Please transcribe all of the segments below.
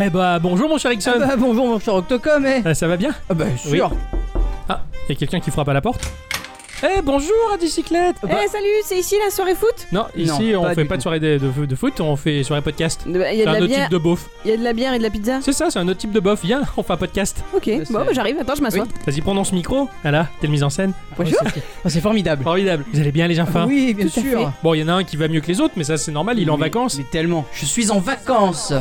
Eh bah bonjour mon cher Ixon. Ah bah, bonjour mon cher Octocom, eh Euh, ça va bien Ah bah sûr Ah, y a quelqu'un qui frappe à la porte Eh bonjour à bicyclette Eh salut, c'est ici la soirée foot Non, ici on Non, pas fait du pas de tout. soirée de, de- de foot, on fait soirée podcast. Il y, C'est a un de la autre bière- type de beauf. il y a de la bière et de la pizza C'est ça, c'est un autre type de beauf. Viens, on fait un podcast. Ok, c'est- bon bah, j'arrive, attends, je m'assois. Vas-y, prends dans ce micro. Ah Voilà, quelle mise en scène. Bonjour. Oh, c'est- oh, C'est formidable Formidable. Vous allez bien les enfants Oui, bien Tout à sûr Bon, il y en a un qui va mieux que les autres, mais ça c'est normal, il est en Mais- vacances. Mais tellement Je suis en vacances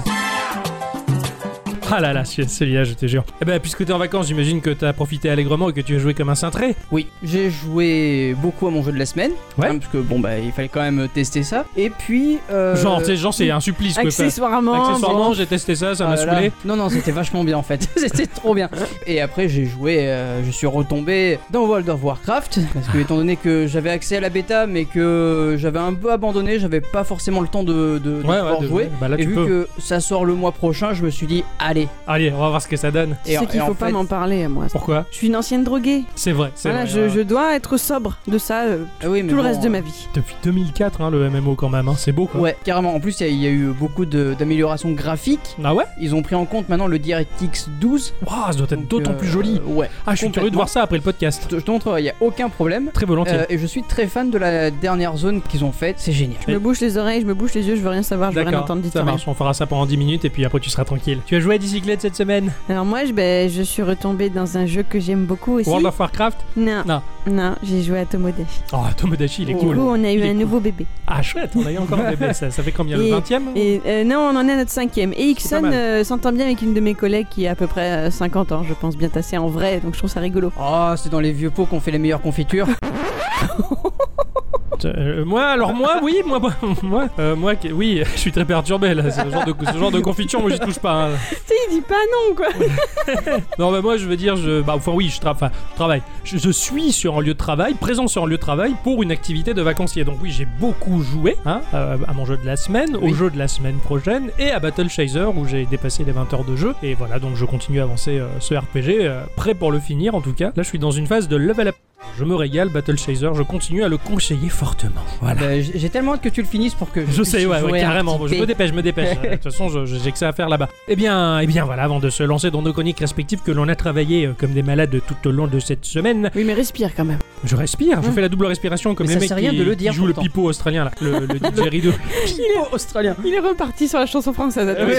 Ah là là, ce- celui-là, je te jure. Eh ben, puisque t'es en vacances, j'imagine que t'as profité allègrement et que tu as joué comme un cintré. Oui, j'ai joué beaucoup à mon jeu de la semaine. Ouais. parce que bon, bah, il fallait quand même tester ça. Et puis. euh, Genre, tu sais, genre c'est un supplice quoi. Accessoirement, Accessoirement, j'ai testé ça, ça ah m'a là là. saoulé. Non, non, c'était vachement bien en fait. c'était trop bien. Et après, j'ai joué. euh, je suis retombé dans World of Warcraft. Parce que, étant donné que j'avais accès à la bêta, mais que j'avais un peu abandonné, j'avais pas forcément le temps de, de, de pouvoir de- jouer. Bah là, et tu vu peux. que ça sort le mois prochain, je me suis dit, allez. Allez, on va voir ce que ça donne. bon. Tu sais Et- et qu'il en faut pas fait- m'en parler à moi. Pourquoi Je suis une ancienne droguée. C'est vrai, c'est Voilà, vrai. je, je dois être sobre de ça euh, Ah oui, mais tout le bon, reste de euh, ma vie. Depuis 2004, hein, le MMO quand même, hein, c'est beau quoi. Ouais, carrément. En plus, il y a- il y, a eu beaucoup de- d'améliorations graphiques. Ah ouais Ils ont pris en compte maintenant le DirectX 12. Waouh, ça doit être Donc, d'autant euh, plus joli. Ouais. Ah, je suis curieux de voir ça après le podcast. Je te, je te montrerai, il n'y a aucun problème. Très volontiers. Euh, et je suis très fan de la dernière zone qu'ils ont faite, c'est génial. Je me bouche les oreilles, je me bouche les yeux, je veux rien savoir, je veux rien Eh, D'accord, entendre dites ça rien. marche, on fera ça pendant 10 minutes et puis après tu seras tranquille. Tu as joué à bicyclette cette semaine Alors moi, je, ben, je suis retombée dans un jeu que j'aime beaucoup aussi. World of Warcraft Non, Non. non, j'ai joué à Tomodachi. Oh, Tomodachi, il est du cool. coup, on a eu Il est un cool. nouveau bébé. Ah, chouette, on a eu encore un bébé, ça, ça fait combien Le Et- 20ème Et euh, non, on en est à notre cinquième. Et pas Ixon mal. euh, s'entend bien avec une de mes collègues qui a à peu près euh, 50 ans, je pense bien tassé en vrai, donc je trouve ça rigolo. Oh, c'est dans les vieux pots qu'on fait les meilleures confitures. Euh, moi, alors moi, oui, moi, moi, moi, euh, moi, qui- oui, je suis très perturbé là. Ce genre de, ce genre de confiture, moi, j'y touche pas. hein. tu sais, il dit pas non quoi. Non, bah moi, je veux dire, je, bah, enfin, oui, je, tra- enfin, je travaille. Je, je suis sur un lieu de travail, présent sur un lieu de travail pour une activité de vacancier. Donc oui, j'ai beaucoup joué hein, euh, à mon jeu de la semaine, au Oui. jeu de la semaine prochaine et à Battle Chaser où j'ai dépassé les 20 heures de jeu. Et voilà, donc je continue à avancer euh, ce RPG, euh, prêt pour le finir en tout cas. Là, je suis dans une phase de level up. Je me régale, Battle Chaser, je continue à le conseiller fortement. Voilà. Bah, j- J'ai tellement hâte que tu le finisses pour que je, Je sais, puisse ouais, jouer ouais, un carrément. Je petit me peu. dépêche, je me dépêche. Euh, De toute façon, je- je- j'ai que ça à faire là-bas. Eh bien, eh bien, voilà, avant de se lancer dans nos chroniques respectives que l'on a travaillé euh, comme des malades tout au long de cette semaine, Oui, mais respire quand même. je respire, je Mm. fais la double respiration comme Mais les ça mecs sert à rien qui, de le qui dire jouent le pourtant. pipeau australien, là, le, le DJ Rideau. Oh, australien. Il est reparti sur la chanson française. Ah oui,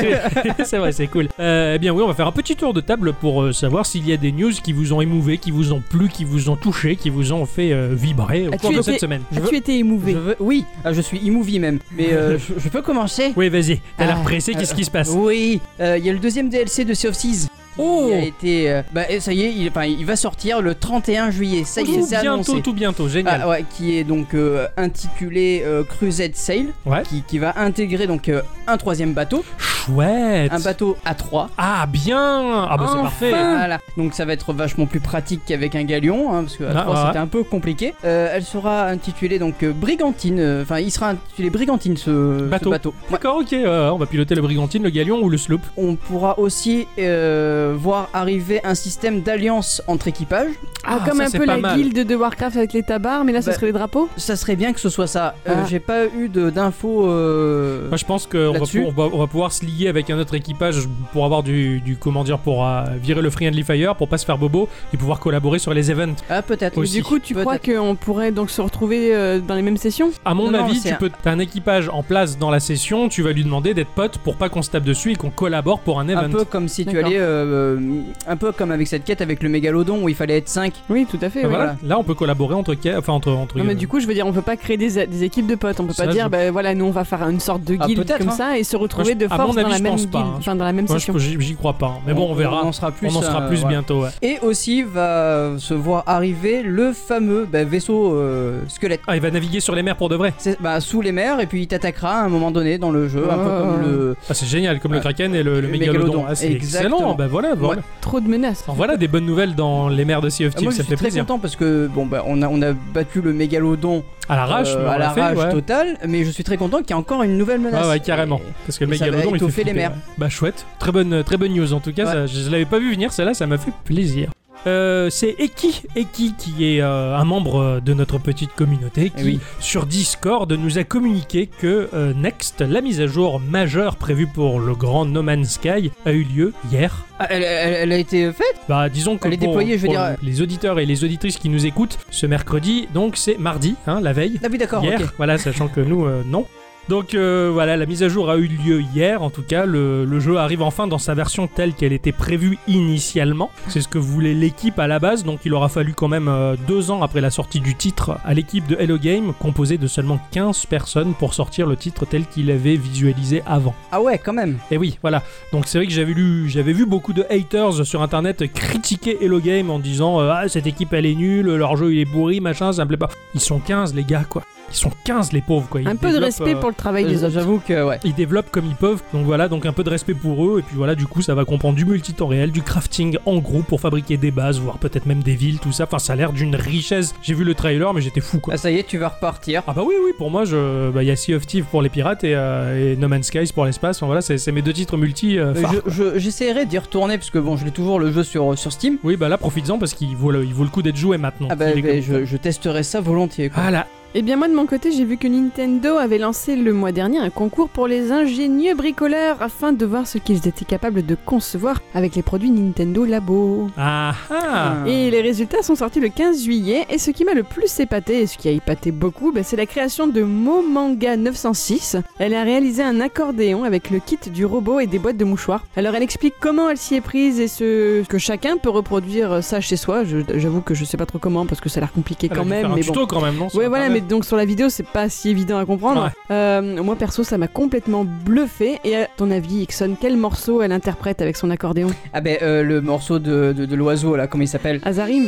c'est- c'est vrai, c'est cool. Euh, eh bien, oui, on va faire un petit tour de table pour euh, savoir s'il y a des news qui vous ont émouvé, qui vous ont plu, qui vous ont touché, qui vous ont fait euh, vibrer au As-tu cours de été- cette semaine. Je veux- tu étais émouvé. Je veux- Oui, ah, je suis immovie même. Mais euh, je, je peux commencer Oui, vas-y, t'as l'air Ah, pressé, qu'est-ce qui se passe Oui, euh, il y a le deuxième DLC de Sea of Thieves. Oh Il a été. euh, bah, et ça y est, il, enfin, il va sortir le 31 juillet. Ça y est, Tout c'est bientôt, annoncé. tout bientôt, génial. Ah, ouais, qui est donc euh, intitulé euh, Crusade Sail, Ouais. qui, qui va intégrer donc euh, un troisième bateau, Chouette oh. un bateau à trois. Ah bien Ah bah c'est Enfin. parfait Voilà. Donc ça va être vachement plus pratique qu'avec un galion, hein, parce que à Ah, trois, ouais. c'était un peu compliqué. Euh, elle sera intitulée donc euh, Brigantine, euh, enfin il sera intitulé Brigantine ce ce Bateau. Ouais. D'accord, ok, euh, on va piloter le brigantine, le galion ou le sloop. On pourra aussi euh, voir arriver un système d'alliance entre équipages. Ah, comme ça, un c'est peu pas la mal. guilde de Warcraft avec les tabards, mais là, ce Bah- serait les drapeaux. Ça serait bien que ce soit ça. Euh, Ah. J'ai pas eu de- d'infos. euh, Moi je pense qu'on va, Là-dessus. pou- on va, on va pouvoir se lier avec un autre équipage pour avoir du, du comment dire, pour euh, virer le Free Friendly Fire, pour pas se faire bobo et pouvoir collaborer sur les events. Ah peut-être. Aussi. Du coup, tu crois qu'on pourrait donc se retrouver euh, dans les mêmes sessions À mon Non, non, avis, c'est tu un- peux, t'as un équipage en place dans la session, tu vas lui demander d'être pote pour pas qu'on se tape dessus et qu'on collabore pour un event. Un peu comme si tu D'accord. allais. euh, euh, un peu comme avec cette quête avec le mégalodon où il fallait être 5. Oui, tout à fait. Ah, oui. voilà. Là, on peut collaborer entre ca- enfin entre entre. Non, mais du coup, je veux dire, on peut pas créer des, des équipes de potes. On peut Ça, pas dire, je- bah voilà, nous on va faire une sorte de Ah, guilde peut-être, comme hein. ça et se Moi, retrouver je- de à mon force dans avis, la je même pense guilde, pas, hein. enfin dans la même Moi, je- session. j'y j'y crois pas. hein. Mais bon, on verra. On en sera plus, On en sera euh, plus voilà. bientôt. ouais. Et aussi va se voir arriver le fameux bah, vaisseau euh, squelette. Ah, il va naviguer sur les mers pour de vrai. C'est- bah, sous les mers et puis il t'attaquera à un moment donné dans le jeu, un peu Ah. comme le. Ah, c'est génial, comme le Ouais. Kraken et le, le Le mégalodon. mégalodon, Ah, c'est exactement. excellent. Bah voilà, voilà. Trop de menaces. Alors voilà des bonnes nouvelles dans les mers de Sea of Ah, Thieves, moi je ça suis fait très plaisir. content parce que bon bah on a on a battu le mégalodon À l'arrache, euh, mais on à la l'a fait, rage ouais. totale, mais je suis très content qu'il y ait encore une nouvelle menace. Ah ouais, carrément. Parce que le et ça va mégalodon, il fait étoffer les flipper, mers. ouais. Bah chouette, très bonne, très bonne news en tout cas. Ouais. ça- je l'avais pas vu venir, celle-là, ça m'a fait plaisir. Euh, c'est Eki, Eki qui est euh, un membre de notre petite communauté Eh qui oui. sur Discord nous a communiqué que euh, Next, la mise à jour majeure prévue pour le grand No Man's Sky, a eu lieu hier. Ah, elle, elle- elle a été faite Bah, disons que Elle est pour, déployée, je veux pour dire. les auditeurs et les auditrices qui nous écoutent, ce mercredi, donc c'est mardi, hein, la veille Ah oui, d'accord, hier, ok. voilà, sachant que nous, euh, non. Donc euh, voilà, la mise à jour a eu lieu hier, en tout cas, le, le jeu arrive enfin dans sa version telle qu'elle était prévue initialement. C'est ce que voulait l'équipe à la base, donc il aura fallu quand même euh, deux ans après la sortie du titre à l'équipe de Hello Game, composée de seulement 15 personnes, pour sortir le titre tel qu'il avait visualisé avant. Ah ouais, quand même. Et Eh oui, voilà. Donc c'est vrai que j'avais lu, j'avais vu beaucoup de haters sur internet critiquer Hello Game en disant euh, ah cette équipe elle est nulle, leur jeu il est bourri, machin, ça me plaît pas. Ils sont 15 les gars quoi. Ils sont 15 les pauvres quoi. Ils Un peu de développent, respect euh, pour le travail des Euh, autres. J'avoue que, ouais. ils développent comme ils peuvent, donc voilà, donc un peu de respect pour eux, et puis voilà, du coup, ça va comprendre du multitemps réel, du crafting en groupe pour fabriquer des bases, voire peut-être même des villes, tout ça. Enfin, ça a l'air d'une richesse. J'ai vu le trailer, mais j'étais fou, quoi. Ah, ça y est, tu vas repartir. Ah bah oui, oui, pour moi, je... bah, il y a Sea of Thieves pour les pirates et, euh, et No Man's Skies pour l'espace. Enfin, voilà, c'est c'est mes deux titres multi. euh, Euh, phares, je- quoi. je- J'essaierai d'y retourner parce que bon, je l'ai toujours le jeu sur, sur Steam. Oui, bah là, profites-en parce qu'il vaut, le- il vaut le coup d'être joué maintenant. Ah bah, Il est bah, comme- je, je testerai ça volontiers. Quoi. Ah là, Eh bien moi de mon côté j'ai vu que Nintendo avait lancé le mois dernier un concours pour les ingénieux bricoleurs afin de voir ce qu'ils étaient capables de concevoir avec les produits Nintendo Labo. ah, ah. Ah. Et les résultats sont sortis le 15 juillet et ce qui m'a le plus épaté et ce qui a épaté beaucoup bah, c'est la création de Momanga 906. Elle a réalisé un accordéon avec le kit du robot et des boîtes de mouchoirs. Alors elle explique comment elle s'y est prise et ce que chacun peut reproduire euh, ça chez soi. Je- J'avoue que je sais pas trop comment parce que ça a l'air compliqué Elle a quand dû faire même un mais bon. tuto quand même, non sur Ouais, voilà, mais Internet. donc sur la vidéo, c'est pas si évident à comprendre. Ouais. Euh, moi, perso, ça m'a complètement bluffé. Et à ton avis, Ixon, quel morceau elle interprète avec son accordéon Ah bah, euh, le morceau de, de, de l'oiseau là, comment il s'appelle Azarim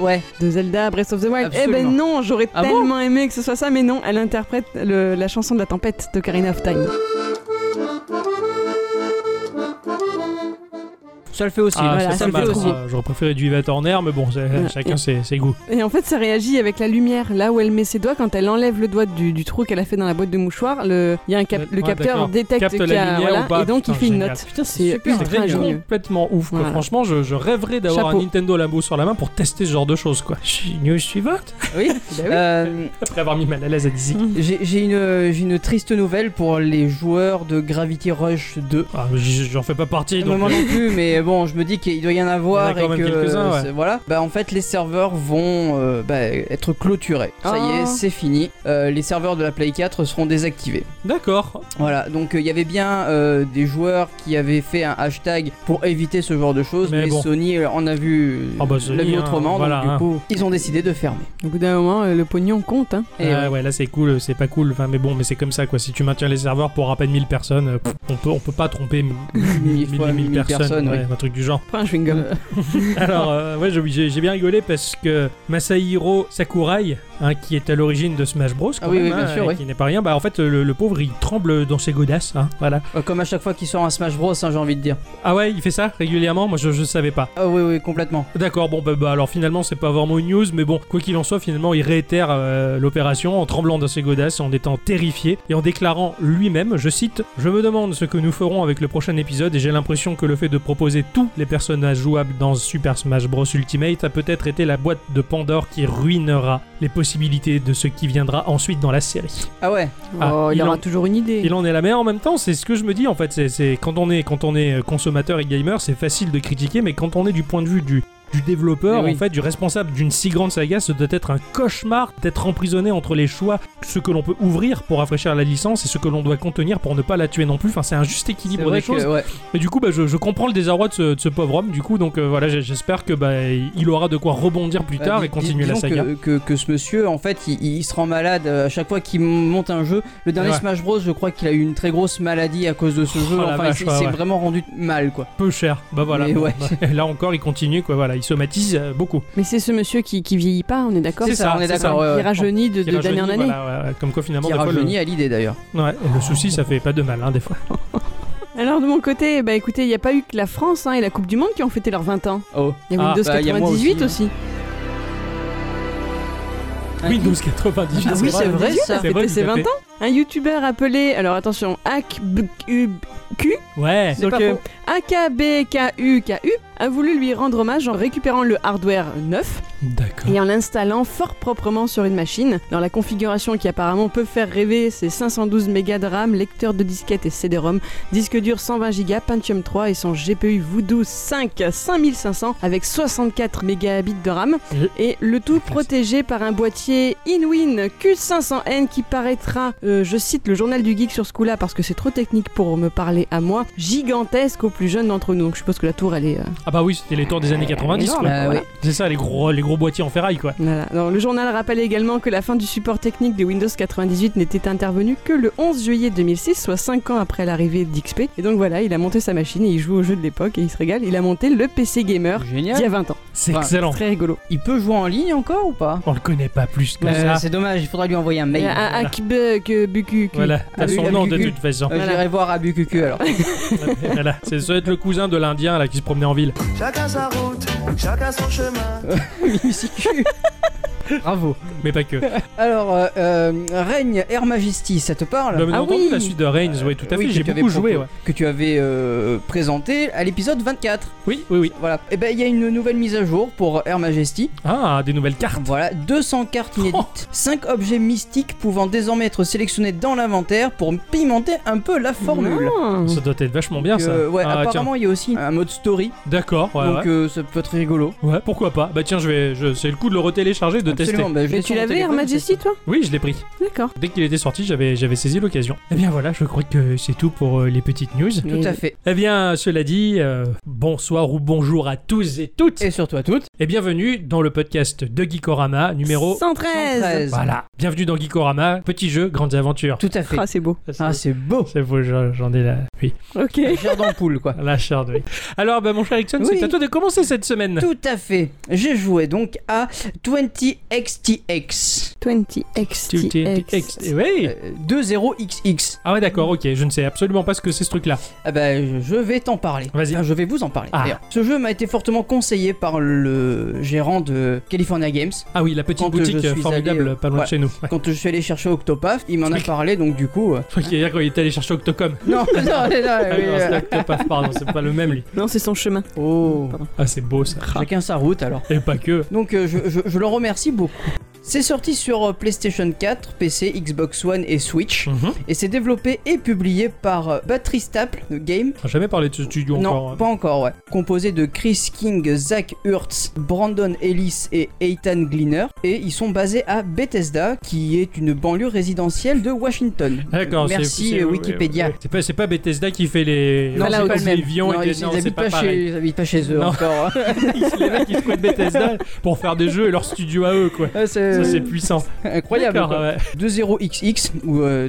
Ouais. de Zelda Breath of the Wild. Eh Absolument. ben non, j'aurais Ah bon tellement aimé que ce soit ça, mais non, elle interprète le- la chanson de la tempête de Karina of Time. Ça le fait aussi. Ah, voilà, c'est ça pas mal. me fait aussi. Ah, J'aurais préféré du Yves Horner, mais bon, c'est- Ouais. chacun ses, ses goûts. Et en fait, ça réagit avec la lumière. Là où elle met ses doigts, quand elle enlève le doigt du, du trou qu'elle a fait dans la boîte de mouchoirs, le, il y a un cap- Ouais, le capteur d'accord. détecte Capte la qu'il y a, lumière voilà, ou pas. et donc Putain, il fait une génial. note. Putain, c'est C'est ultra ingénieux. complètement ouf. quoi. Voilà. Franchement, je, je rêverais d'avoir un Chapeau. Nintendo Lambo sur la main pour tester ce genre de choses. Quoi. Ch- News suivante. Oui. Euh, Après avoir mis mal à l'aise à Dizzy. J'ai j'ai une, j'ai une triste nouvelle pour les joueurs de Gravity Rush 2. Ah, mais j- J'en fais pas partie. Ah Non, Donc, euh, moi non plus, mais bon, je me dis qu'il doit y en Il avoir y en a quand et même que quelques-uns, ouais. c'est- voilà. Bah en fait, les serveurs vont euh, bah, être clôturés. Ça y Oh. est, c'est fini. Euh, les serveurs de la Play 4 seront désactivés. D'accord. Voilà. Donc euh, il y avait bien euh, des joueurs qui avaient fait un hashtag pour éviter ce genre de choses, Mais mais, bon. Sony euh, en a vu, Ah bah, l'a Sony, vu hein, autrement. voilà, donc hein. du coup, ils ont décidé de fermer. Au bout d'un moment, euh, le pognon compte. hein. Et euh, Ah ouais. ouais, là c'est cool, c'est pas cool. Enfin, mais bon, mais c'est comme ça quoi. Si tu maintiens les serveurs pour à peine 1000 personnes, euh, pff, on peut, on peut pas tromper m- Mille fois 1000 mille personnes. personnes, oui. ouais, Un truc du genre. Prends un chewing-gum. Alors, euh, ouais, j'ai- j'ai j'ai bien rigolé parce que Masahiro Sakurai, hein, qui est à l'origine de Smash Bros, quand Ah oui, même, oui, bien hein, sûr, et oui. qui n'est pas rien, bah en fait, le, le pauvre, il tremble dans ses godasses, hein, voilà. Euh, Comme à chaque fois qu'ils sortent un Smash Bros, hein, j'ai envie de dire. Ah ouais, il fait ça régulièrement Moi, je, je savais pas. Ah oui, oui, complètement. D'accord, bon, bah, bah, alors finalement, c'est pas vraiment une news, mais bon, quoi qu'il en soit, finalement, il réitère euh, l'opération en tremblant dans ses godasses, en étant terrifié et en déclarant lui-même, je cite, Je me demande ce que nous ferons avec le prochain épisode et j'ai l'impression que le fait de proposer tous les personnages jouables dans Super Smash Bros Ultimate a peut-être été la boîte de Pandore qui ruinera les possibilités de ce qui viendra ensuite dans la série. Ah ouais. Ah, oh, il, il aura en- toujours une idée. Il en est là, mais en même temps, c'est ce que je me dis en fait. C'est, c'est- quand on est quand on est consommateur et gamer, c'est facile de critiquer, mais quand on est du point de vue du du développeur, Eh oui. en fait, du responsable d'une si grande saga, ce doit être un cauchemar d'être emprisonné entre les choix, ce que l'on peut ouvrir pour rafraîchir la licence et ce que l'on doit contenir pour ne pas la tuer non plus. Enfin, c'est un juste C'est équilibre vrai des que- choses. ouais. Et du coup, bah, je, je comprends le désarroi de ce, de ce pauvre homme. Du coup, donc euh, voilà, j'- j'espère que bah, il aura de quoi rebondir plus Bah, tard dis- et continuer dis- la disons saga. Que, que, que ce monsieur, en fait, il, il se rend malade euh, à chaque fois qu'il monte un jeu. Le dernier Ouais. Smash Bros, je crois qu'il a eu une très grosse maladie à cause de ce Oh, jeu. la Enfin, vache, il, ouais, s'est ouais. vraiment rendu mal, quoi. Peu cher. Bah voilà. Mais Bon, ouais. bah, là encore, il continue quoi. Voilà, il somatise euh, beaucoup. Mais c'est ce monsieur qui, qui vieillit pas, on est d'accord C'est ça, on est c'est ça. d'accord. ouais, Qui ouais. rajeunit de- Qui de- d'année en rajeunit, année. voilà, ouais, ouais. Comme quoi finalement, Qui des fois, le- rajeunit à l'idée d'ailleurs. Ouais, et le souci, ça fait pas de mal, hein, des fois. Alors de mon côté, bah écoutez, il n'y a pas eu que la France hein, et la Coupe du Monde qui ont fêté leurs 20 ans. Oh. Il y a Ah, Windows bah, il y a moi 98 aussi, aussi. Windows 98. Ah oui, c'est vrai ça. vrai, C'était ses tout à 20 fait. ans. Un youtubeur appelé, alors attention, AKBKU, Ouais. C'est donc pas euh, faux. AKBKUKU, a voulu lui rendre hommage en récupérant le hardware neuf D'accord. et en l'installant fort proprement sur une machine. Dans la configuration qui apparemment peut faire rêver, c'est 512 mégas de RAM, lecteur de disquette et CD-ROM, disque dur 120 Go, Pentium 3 et son GPU Voodoo 5 5500 avec 64 mégabits de RAM. Euh. Et le tout Classe. protégé par un boîtier Inwin Q500N qui paraîtra, euh, je cite le journal du geek sur ce coup-là parce que c'est trop technique pour me parler à moi, gigantesque aux plus jeunes d'entre nous. Donc je suppose que la tour elle est... euh, Ah bah oui, c'était les tours des années 90 Énorme, quoi. euh, oui. C'est ça, les gros, les gros boîtiers en ferraille quoi. Voilà. Alors, le journal rappelle également que la fin du support technique de Windows 98 n'était intervenue que le 11 juillet 2006, soit 5 ans après l'arrivée d'XP. Et donc voilà, il a monté sa machine et il joue aux jeux de l'époque et il se régale. Il a monté le PC Gamer d'il y Génial. a 20 ans. C'est Ouais. excellent. Très rigolo. Il peut jouer en ligne encore ou pas On le connaît pas plus que Euh, ça. C'est dommage, il faudra lui envoyer un Il y mail. a un Akbuk Buku. Voilà, Ah t'as oui, son avec nom de Google. toute façon. Euh, J'irai voir à BQQ alors. voilà, c'est ça doit être le cousin de l'Indien là qui se promenait en ville. Chacun sa route, chacun son chemin. Musicu. Bravo. Mais pas que. Alors, euh, euh, Règne Air Majesty, ça te parle Bah, mais Ah entendu oui. la suite de Reigns, oui, tout à Oui, fait. que J'ai tu avais beaucoup joué. propo- ouais. Que tu avais euh, présenté à l'épisode 24. Oui, oui, oui. Voilà. Et ben, il y a une nouvelle mise à jour pour Air Majesty. Ah, des nouvelles cartes. Voilà, 200 cartes inédites, 5 objets mystiques pouvant désormais être sélectionnés dans l'inventaire pour pimenter un peu la formule. Ah. Ça doit être vachement bien Donc, ça. euh, ouais, Ah, tiens. apparemment il y a aussi un mode story, D'accord, ouais, donc ouais. euh, ça peut être rigolo. Ouais, pourquoi pas. Bah tiens, je vais, je, c'est le coup de le retélécharger, de tester. Absolument, bah, je l'ai Mais sur tu mon l'avais, Air téléphone, Majesty, c'est- toi Oui, je l'ai pris. D'accord. Dès qu'il était sorti, j'avais, j'avais saisi l'occasion. Eh bien voilà, je crois que c'est tout pour euh, les petites news. Tout à fait. Eh bien, cela dit, euh, bonsoir ou bonjour à tous et toutes. Et surtout à toutes. Et bienvenue dans le podcast de Geekorama numéro... 113. 113. Voilà. Bienvenue dans Geekorama, petit jeu, grandes aventures. Tout à fait. Ah, c'est beau. Ah, c'est beau. C'est beau, j'en j'en ai la... Oui, Ok. Gère d'ampoule quoi. la chair de... Alors, bah, mon cher Ericsson, Oui. c'est à toi de commencer cette semaine. Tout à fait. J'ai joué donc à 20XTX. 20XTX. eh Oui. Euh, 20XX. Ah ouais, d'accord, ok. Je ne sais absolument pas ce que c'est ce truc-là. Ah bah, je- je vais t'en parler. Vas-y. Enfin, je vais vous en parler. Ah. d'ailleurs. Ce jeu m'a été fortement conseillé par le gérant de California Games. Ah oui, la petite Quand, euh, je boutique suis euh, allé, formidable, euh, pas loin ouais. de chez nous. Ouais. Quand je suis allé chercher Octopath, il m'en a parlé, donc du coup. euh, Faut qu'il y ait- quand il est allé chercher Octocom. Non, non, non, oui, Ah oui, non, c'est euh, Octopath, pardon, c'est pas le même lui. Non, c'est son chemin. Oh, Ah, c'est beau ça. chacun sa route alors. Et pas que. Donc euh, je, je- je le remercie beaucoup. C'est sorti sur euh, PlayStation 4, PC, Xbox One et Switch. Mhm. Et c'est développé et publié par euh, Battery Staple Game. J'ai jamais parlé de ce studio non, encore. hein. pas encore, ouais. Composé de Chris King, Zach Hurts, Brandon Ellis et Ethan Gleaner. Et ils sont basés à Bethesda, qui est une banlieue résidentielle de Washington. D'accord, c'est- Merci c'est- euh, ouais, Wikipédia. ouais, ouais. C'est pas, c'est pas Bethesda qui fait les. Non, c'est c'est pas le même. Vion Non, et ils, des... non, ils c'est habitent pas, pas pareil. chez, ils habitent pas chez eux Non. encore. hein. les mecs ils se de Bethesda pour faire des jeux et leur studio à eux quoi. Ah, c'est Ça c'est puissant. incroyable. D'accord, quoi. ouais. 20XX ou euh,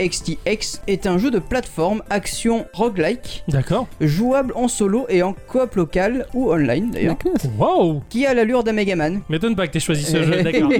20XTX est un jeu de plateforme action roguelike, D'accord. jouable en solo et en coop local ou online d'ailleurs, Wow. qui a l'allure d'un Megaman. M'étonne pas que t'aies choisi ce jeu. D'accord.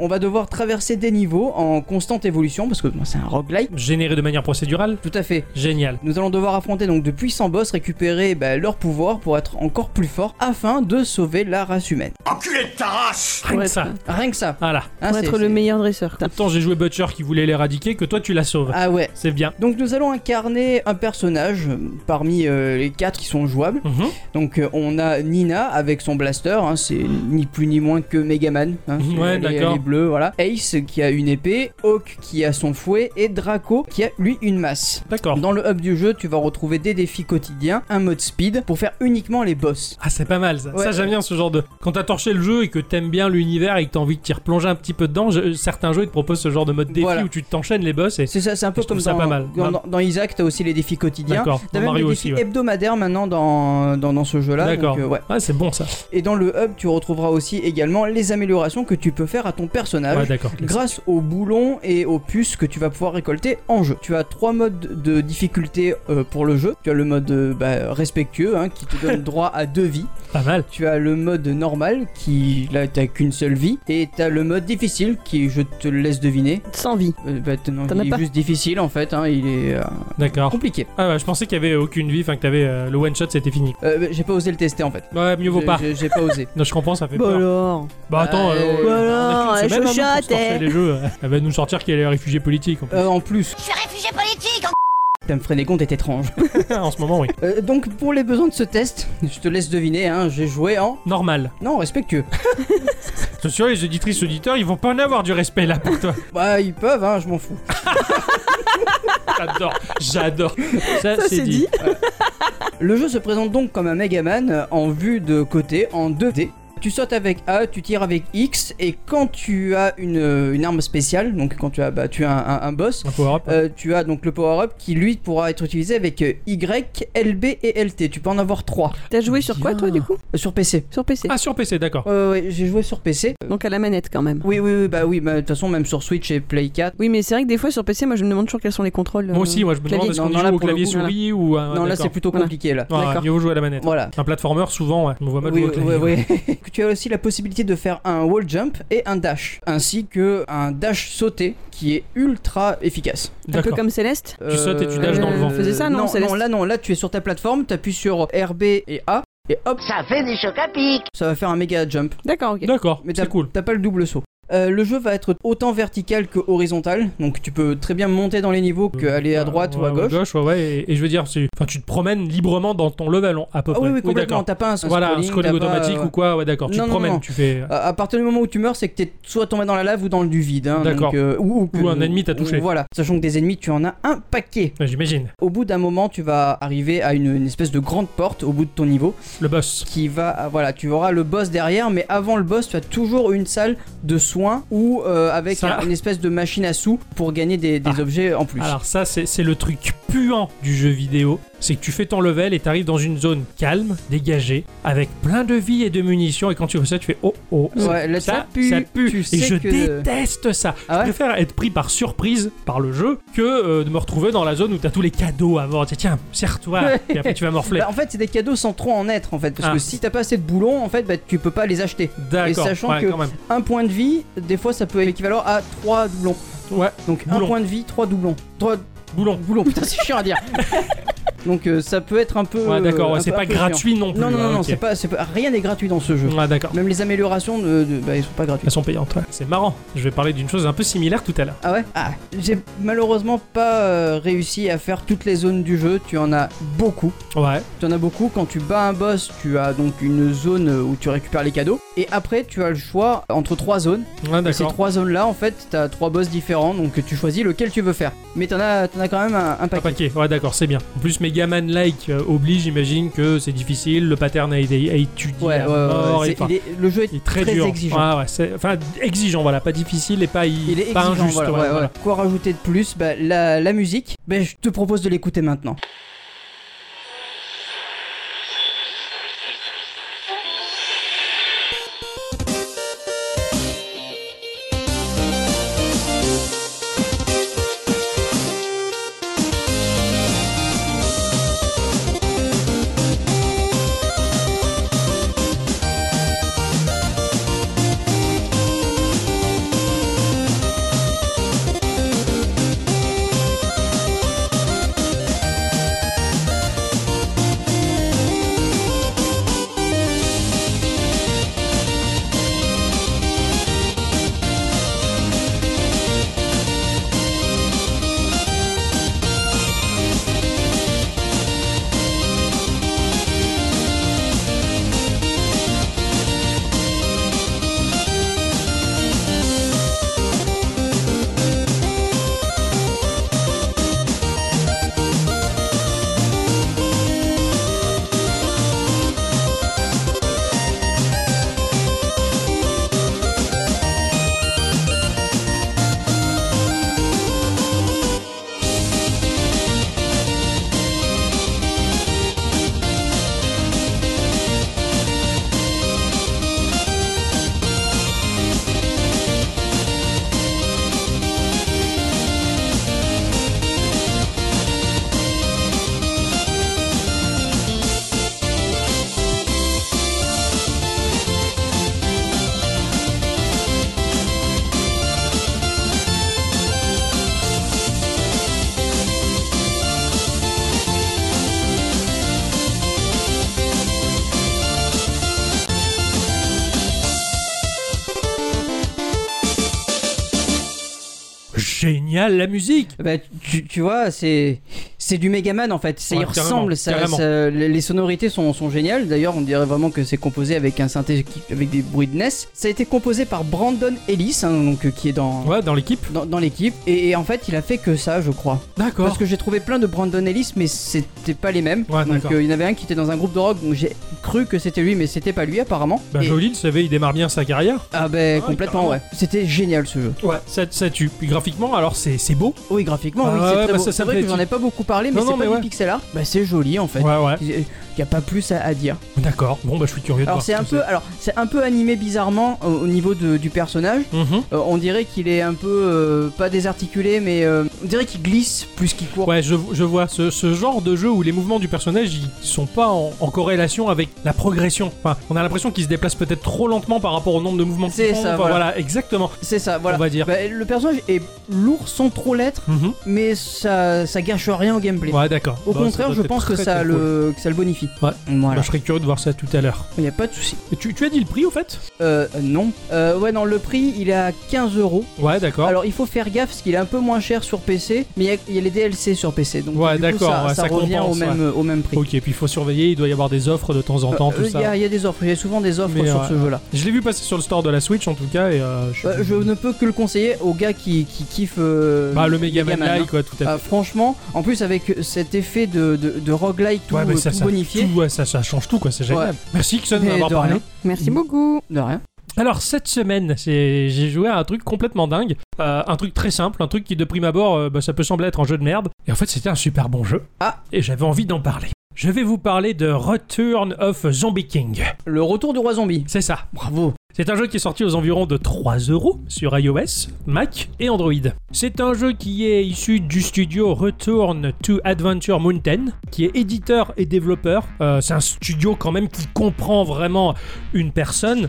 On va devoir traverser des niveaux en constante évolution parce que bon, c'est un roguelike. Généré de manière procédurale. Tout à fait. Génial. Nous allons devoir affronter donc de puissants boss, récupérer bah, leur pouvoir pour être encore plus forts afin de sauver la race humaine. Enculé de ta race Rien que être- ça. Rien que ça. Ah là. hein, Pour c'est- être le c'est- meilleur dresseur. Tant j'ai joué Butcher qui voulait l'éradiquer que toi tu la sauves. Ah ouais. C'est bien. Donc nous allons incarner un personnage euh, parmi euh, les quatre qui sont jouables. Mhm. Donc euh, on a Nina avec son blaster, hein, c'est ni plus ni moins que Megaman. Hein, c'est- Ouais, elle est- d'accord. elle est bleue, voilà. Ace qui a une épée, Hawk qui a son fouet et Draco qui a lui une masse. D'accord. Dans le hub du jeu, tu vas retrouver des défis quotidiens, un mode speed pour faire uniquement les boss. Ah, c'est pas mal ça. Ouais. Ça, j'aime bien ce genre de. Quand t'as torché le jeu et que t'aimes bien l'univers et que t'as envie de t'y replonger un petit peu dedans, je- certains jeux ils te proposent ce genre de mode défi Voilà. où tu t'enchaînes les boss et. C'est ça, c'est un peu Je comme trouve ça dans, pas mal. dans, Non. dans Isaac, t'as aussi les défis quotidiens. D'accord. T'as Dans même Mario des aussi, défis ouais. hebdomadaires maintenant dans, dans, dans ce jeu-là. donc, D'accord. euh, ouais. Ah, c'est bon ça. Et dans le hub, tu retrouveras aussi également les améliorations que tu peux faire à ton personnage. Ouais, d'accord. grâce aux boulons et aux puces que tu vas pouvoir récolter en jeu. Tu as trois modes de difficulté euh, pour le jeu. Tu as le mode euh, bah, respectueux hein, qui te donne droit à deux vies. Pas mal. Tu as le mode normal qui là t'as qu'une seule vie et T'as le mode difficile qui, je te le laisse deviner. Sans vie. Euh, bah, t- non, T'en as il est pas Oh. juste difficile en fait, hein, il est euh, D'accord. compliqué. Ah bah, je pensais qu'il y avait aucune vie, enfin que t'avais euh, le one shot, c'était fini. Euh, bah, j'ai pas osé le tester en fait. Ouais, mieux vaut J'ai- pas. j'ai- J'ai pas osé. Non, je comprends, ça fait Bah peur. alors. Bah attends, Euh, euh, bah on a alors, eh. qu'une elle semaine, hein, pour chuchote, se torcher elle. les jeux. euh. Elle va nous sortir qu'il y a les réfugiés politiques en plus. Euh, en plus, Je suis réfugié politique Dame Frédégonde est étrange. en ce moment, oui. Euh, donc pour les besoins de ce test, je te laisse deviner, hein, j'ai joué en... Normal. Non, respectueux. Ce soir, les auditrices auditeurs, ils vont pas en avoir du respect là pour toi. Bah ils peuvent, hein, je m'en fous. J'adore, j'adore. Ça, Ça c'est dit. Le jeu se présente donc comme un Megaman euh, en vue de côté en 2D. Tu sautes avec A, tu tires avec X, et quand tu as une, euh, une arme spéciale, donc quand tu as battu un, un- un boss, Un power-up. euh, tu as donc le power-up qui lui pourra être utilisé avec euh, Y, LB et LT. Tu peux en avoir 3 T'as joué sur quoi toi du coup sur PC. Sur PC. Ah, sur PC, d'accord. Ouais, ouais, ouais, j'ai joué sur PC. Euh, Donc à la manette quand même. oui, oui, oui, bah oui, bah, de toute façon, même sur Switch et Play 4. Oui, mais c'est vrai que des fois sur PC, moi je me demande toujours quels sont les contrôles. Moi euh, aussi, moi, je me demande clavier. est-ce Non, qu'on non, y là, joue au pour le clavier coup, souris ou. euh, non, là c'est plutôt Voilà. compliqué là. Ah, d'accord. mieux vaut jouer à la manette. Voilà. Un platformer, souvent, ouais. je me vois mal Oui, jouer au clavier. oui, oui. tu as aussi la possibilité de faire un wall jump et un dash, ainsi que un dash sauté qui est ultra efficace. Un peu D'accord. comme Céleste. Euh, sautes et tu dashes dans le vent. Faisais ça, non, non, Céleste là non, là tu es sur ta plateforme, t'appuies sur RB et A et hop, Ça fait des chocs à pic ça va faire un méga jump. D'accord, ok. D'accord, Mais t'as c'est cool. t'as pas le double saut. Euh, le jeu va être autant vertical que horizontal, donc tu peux très bien monter dans les niveaux que aller à droite ou à Euh, Ouais, gauche. ouais, ouais, et, et je veux dire, c'est- enfin, tu te promènes librement dans ton level, on- à peu Ah près. oui, oui, complètement, d'accord. t'as pas un scrolling, Voilà, un t'as scrolling pas, automatique euh, ou quoi, ouais, d'accord. Tu Non, te non, promènes, non. Ah. tu fais. euh, À à partir du moment où tu meurs, c'est que t'es soit tombé dans la lave ou dans le du vide. hein, D'accord. donc, euh, ou, que- Ou un ennemi t'a touché. Voilà. Sachant que des ennemis, tu en as un paquet. Ouais, J'imagine. Au bout d'un moment, tu vas arriver à une, une espèce de grande porte au bout de ton niveau Le boss. qui va. ah, Voilà, tu auras le boss derrière, mais avant le boss, tu as toujours une salle de soins ou euh, avec Ça. un- une espèce de machine à sous pour gagner des, des Ah. objets en plus. Alors ça, c'est c'est le truc puant du jeu vidéo. C'est que tu fais ton level et t'arrives dans une zone calme, dégagée, avec plein de vie et de munitions. Et quand tu vois ça, tu fais oh oh. Ouais, là, ça pue, tu et sais je que- déteste ça. Ah ouais je préfère être pris par surprise par le jeu que euh, de me retrouver dans la zone où t'as tous les cadeaux avant. Tu sais, Tiens, serre-toi. Ouais. et après, tu vas morfler. Bah, en fait, c'est des cadeaux sans trop en être en fait, parce Ah. que si t'as pas assez de boulons, en fait, bah, tu peux pas les acheter. et D'accord. sachant ouais, que- quand même. Un point de vie, des fois, ça peut équivaloir à 3 doublons. Ouais, Donc Boulon. un point de vie, trois doublons. Trois boulon. doublons, putain c'est chiant à dire. Donc euh, ça peut être un peu... Ouais, d'accord. euh, ouais, un c'est peu- un pas peu chiant. gratuit non plus. Non, non, non, hein, non, ok. c'est pas, c'est pas- Rien n'est gratuit dans ce jeu. Ouais, d'accord. Même les améliorations, de, de- bah, elles sont pas gratuites. Elles sont payantes. ouais. C'est marrant. Je vais parler d'une chose un peu similaire tout à l'heure. Ah ouais Ah, j'ai malheureusement pas euh, réussi à faire toutes les zones du jeu, tu en as beaucoup. Ouais. Tu en as beaucoup, quand tu bats un boss, tu as donc une zone où tu récupères les cadeaux, et après tu as le choix entre trois zones. Ouais, Et ces d'accord. trois zones là, en fait, t'as trois boss différents, donc tu choisis lequel tu veux faire. Mais t'en as, t'en as quand même un, un Un paquet. paquet, ouais d'accord, c'est bien. En plus, Megaman-like euh, oblige, j'imagine que c'est difficile, le pattern a été a étudié Ouais, à ouais, ouais, mort, et Euh, c'est- enfin, il est- le jeu est, il est très, dur. Ah exigeant. Ouais, ouais, c'est- enfin, exigeant, voilà, pas difficile et pas, Il est pas exigeant, injuste. voilà, ouais, ouais, ouais. voilà. Quoi rajouter de plus bah, la, la musique, bah, je te propose de l'écouter maintenant. génial la musique Bah, tu, tu vois, c'est c'est du Megaman en fait. Ça y Ouais, ressemble. carrément, ça- carrément. ça- les les sonorités sont, sont géniales. D'ailleurs, on dirait vraiment que c'est composé avec un synthé qui- avec des bruits de NES. Ça a été composé par Brandon Ellis, hein, donc euh, qui est dans Ouais, dans l'équipe. dans, dans l'équipe. Et, et en fait, il a fait que ça, je crois. Parce D'accord. que j'ai trouvé plein de Brandon Ellis, mais c'était pas les mêmes. Ouais, donc d'accord. euh, il y en avait un qui était dans un groupe de rock, donc j'ai cru que c'était lui, mais c'était pas lui apparemment. Bah, Et- Jolie, le savait, il démarre bien sa carrière. Ah ben Ah, complètement carrément. ouais. C'était génial ce jeu. Ouais, ça, ça tue. Puis graphiquement, alors c'est c'est beau. Oui graphiquement, Ah oui, ouais, c'est ouais, très bah beau. ça, ça C'est me vrai fait que j'en ai pas beaucoup parlé, mais Non, c'est non, pas mais du ouais. pixel art. Bah c'est joli en fait. Ouais, ouais. Il y a pas plus à, à dire. D'accord. Bon, bah, je suis curieux de Alors voir c'est ce un que peu, alors c'est un peu animé bizarrement au, au niveau de- du personnage. Mhm. Euh, on dirait qu'il est un peu euh, pas désarticulé, mais euh, on dirait qu'il glisse plus qu'il court. Ouais, je, je vois ce, ce genre de jeu où les mouvements du personnage ils sont pas en, en corrélation avec la progression. Enfin, on a l'impression qu'il se déplace peut-être trop lentement par rapport au nombre de mouvements qu'il C'est prend. ça, Enfin, voilà. exactement. C'est ça, voilà. On va dire. Bah, le personnage est lourd sans trop l'être, Mhm. mais ça, ça gâche rien au gameplay. Ouais, d'accord. Au Bah, contraire, doit je être pense que, très, ça très cool. le, que ça le Ouais. bonifie. Bah, Voilà. je serais curieux de voir ça tout à l'heure. Il n'y a pas de souci. Et Tu, tu as dit le prix au fait Euh, non. Euh, ouais, non, le prix, il est à 15 euros. Ouais, d'accord. Alors, il faut faire gaffe parce qu'il est un peu moins cher sur PC, mais il y a- il y, a les DLC sur PC. Donc, Ouais, du coup, d'accord, ça, ouais, ça ça revient au compense, même, au même prix. Ok, puis il faut surveiller, il doit y avoir des offres de temps en temps, Euh, tout euh, Il y, ça. a- il y a des offres, il y a souvent des offres Mais sur ouais. ce jeu-là. Je l'ai vu passer sur le store de la Switch en tout cas et euh, je suis- Euh, je ne peux que le conseiller aux gars qui, qui kiffent euh, Bah, le Mega Man Megaman, hein. Live, quoi, tout à fait. Ah, franchement, en plus avec cet effet de, de, de roguelike tout, ouais, mais euh, ça, tout ça, bonifié. tout, ouais, ça, ça change tout, quoi, c'est génial. Ouais. Merci Xon Mais d'avoir de parlé. rien. Merci beaucoup. De rien. Alors cette semaine, c'est- j'ai joué à un truc complètement dingue, Euh, un truc très simple, un truc qui de prime abord, euh, bah, ça peut sembler être un jeu de merde, et en fait c'était un super bon jeu. Ah. Et j'avais envie d'en parler. Je vais vous parler de Return of Zombie King. Le retour du roi zombie. C'est ça. Bravo. C'est un jeu qui est sorti aux environs de 3 euros sur iOS, Mac et Android. C'est un jeu qui est issu du studio Return to Adventure Mountain, qui est éditeur et développeur. Euh, c'est un studio quand même qui comprend vraiment une personne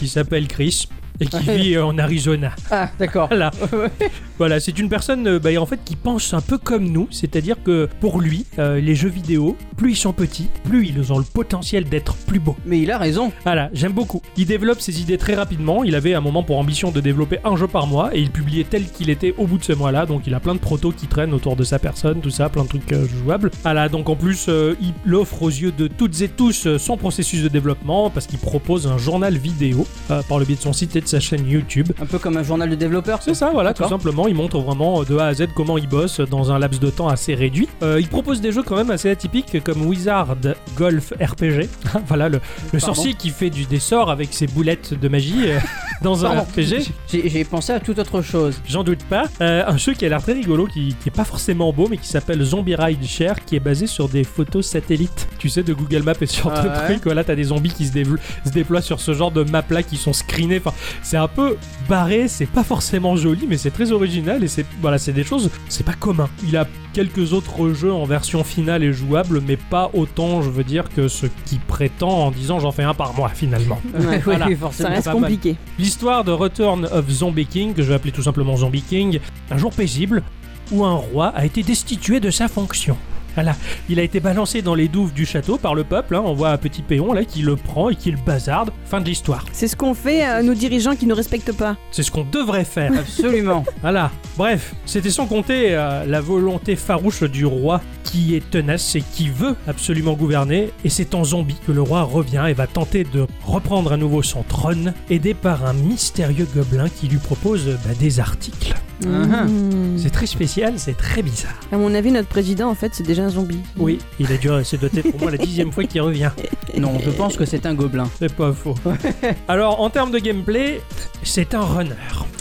qui s'appelle Chris et qui vit euh, en Arizona. Ah, d'accord. Voilà. Ouais. Voilà, c'est une personne euh, bah, en fait qui pense un peu comme nous, c'est-à-dire que pour lui, euh, les jeux vidéo, plus ils sont petits, plus ils ont le potentiel d'être plus beaux. Mais il a raison. Voilà, j'aime beaucoup. Il développe ses idées très rapidement. Il avait un moment pour ambition de développer un jeu par mois et il publiait tel qu'il était au bout de ce mois-là. Donc il a plein de protos qui traînent autour de sa personne, tout ça, plein de trucs euh, jouables. Voilà, donc en plus, euh, il offre aux yeux de toutes et tous euh, son processus de développement parce qu'il propose un journal vidéo euh, par le biais de son site et de sa chaîne YouTube. Un peu comme un journal de développeur. C'est ça, voilà, tout D'accord. simplement. Il montre vraiment euh, de A à Z comment il bosse dans un laps de temps assez réduit. Euh, il propose des jeux quand même assez atypiques comme Wizard Golf RPG. voilà, le, le Pardon. sorcier qui fait du dessort avec ses boulettes de magie euh, dans un Pardon. RPG. J'ai j'ai pensé à toute autre chose. J'en doute pas. Euh, un jeu qui a l'air très rigolo, qui, qui est pas forcément beau, mais qui s'appelle Zombie Ride Share, qui est basé sur des photos satellites. Tu sais, de Google Maps et sur Ah d'autres ouais. trucs. Voilà, t'as des zombies qui se, dévlo- se déploient sur ce genre de map-là, qui sont screenés. Enfin, c'est un peu barré, c'est pas forcément joli, mais c'est très original et c'est voilà, c'est des choses, c'est pas commun. Il a quelques autres jeux en version finale et jouable, mais pas autant, je veux dire, que ce qui prétend en disant j'en fais un par mois finalement. Ouais, Voilà. oui, Ça forcément. reste pas mal. compliqué. L'histoire de Return of Zombie King, que je vais appeler tout simplement Zombie King, un jour paisible où un roi a été destitué de sa fonction. Voilà, il a été balancé dans les douves du château par le peuple, hein. on voit un petit péon là qui le prend et qui le bazarde. Fin de l'histoire. C'est ce qu'on fait à nos dirigeants qui ne respectent pas. C'est ce qu'on devrait faire. Absolument. Voilà. Bref, c'était sans compter euh, la volonté farouche du roi qui est tenace et qui veut absolument gouverner. Et c'est en zombie que le roi revient et va tenter de reprendre à nouveau son trône, aidé par un mystérieux gobelin qui lui propose euh, bah, des articles. Ah. Mmh. C'est très spécial, c'est très bizarre. À mon avis, notre président, en fait, c'est déjà un zombie. Oui, il a dû se doter pour moi la dixième fois qu'il revient. Non, je pense que c'est un gobelin. C'est pas faux. Alors, en termes de gameplay, c'est un runner.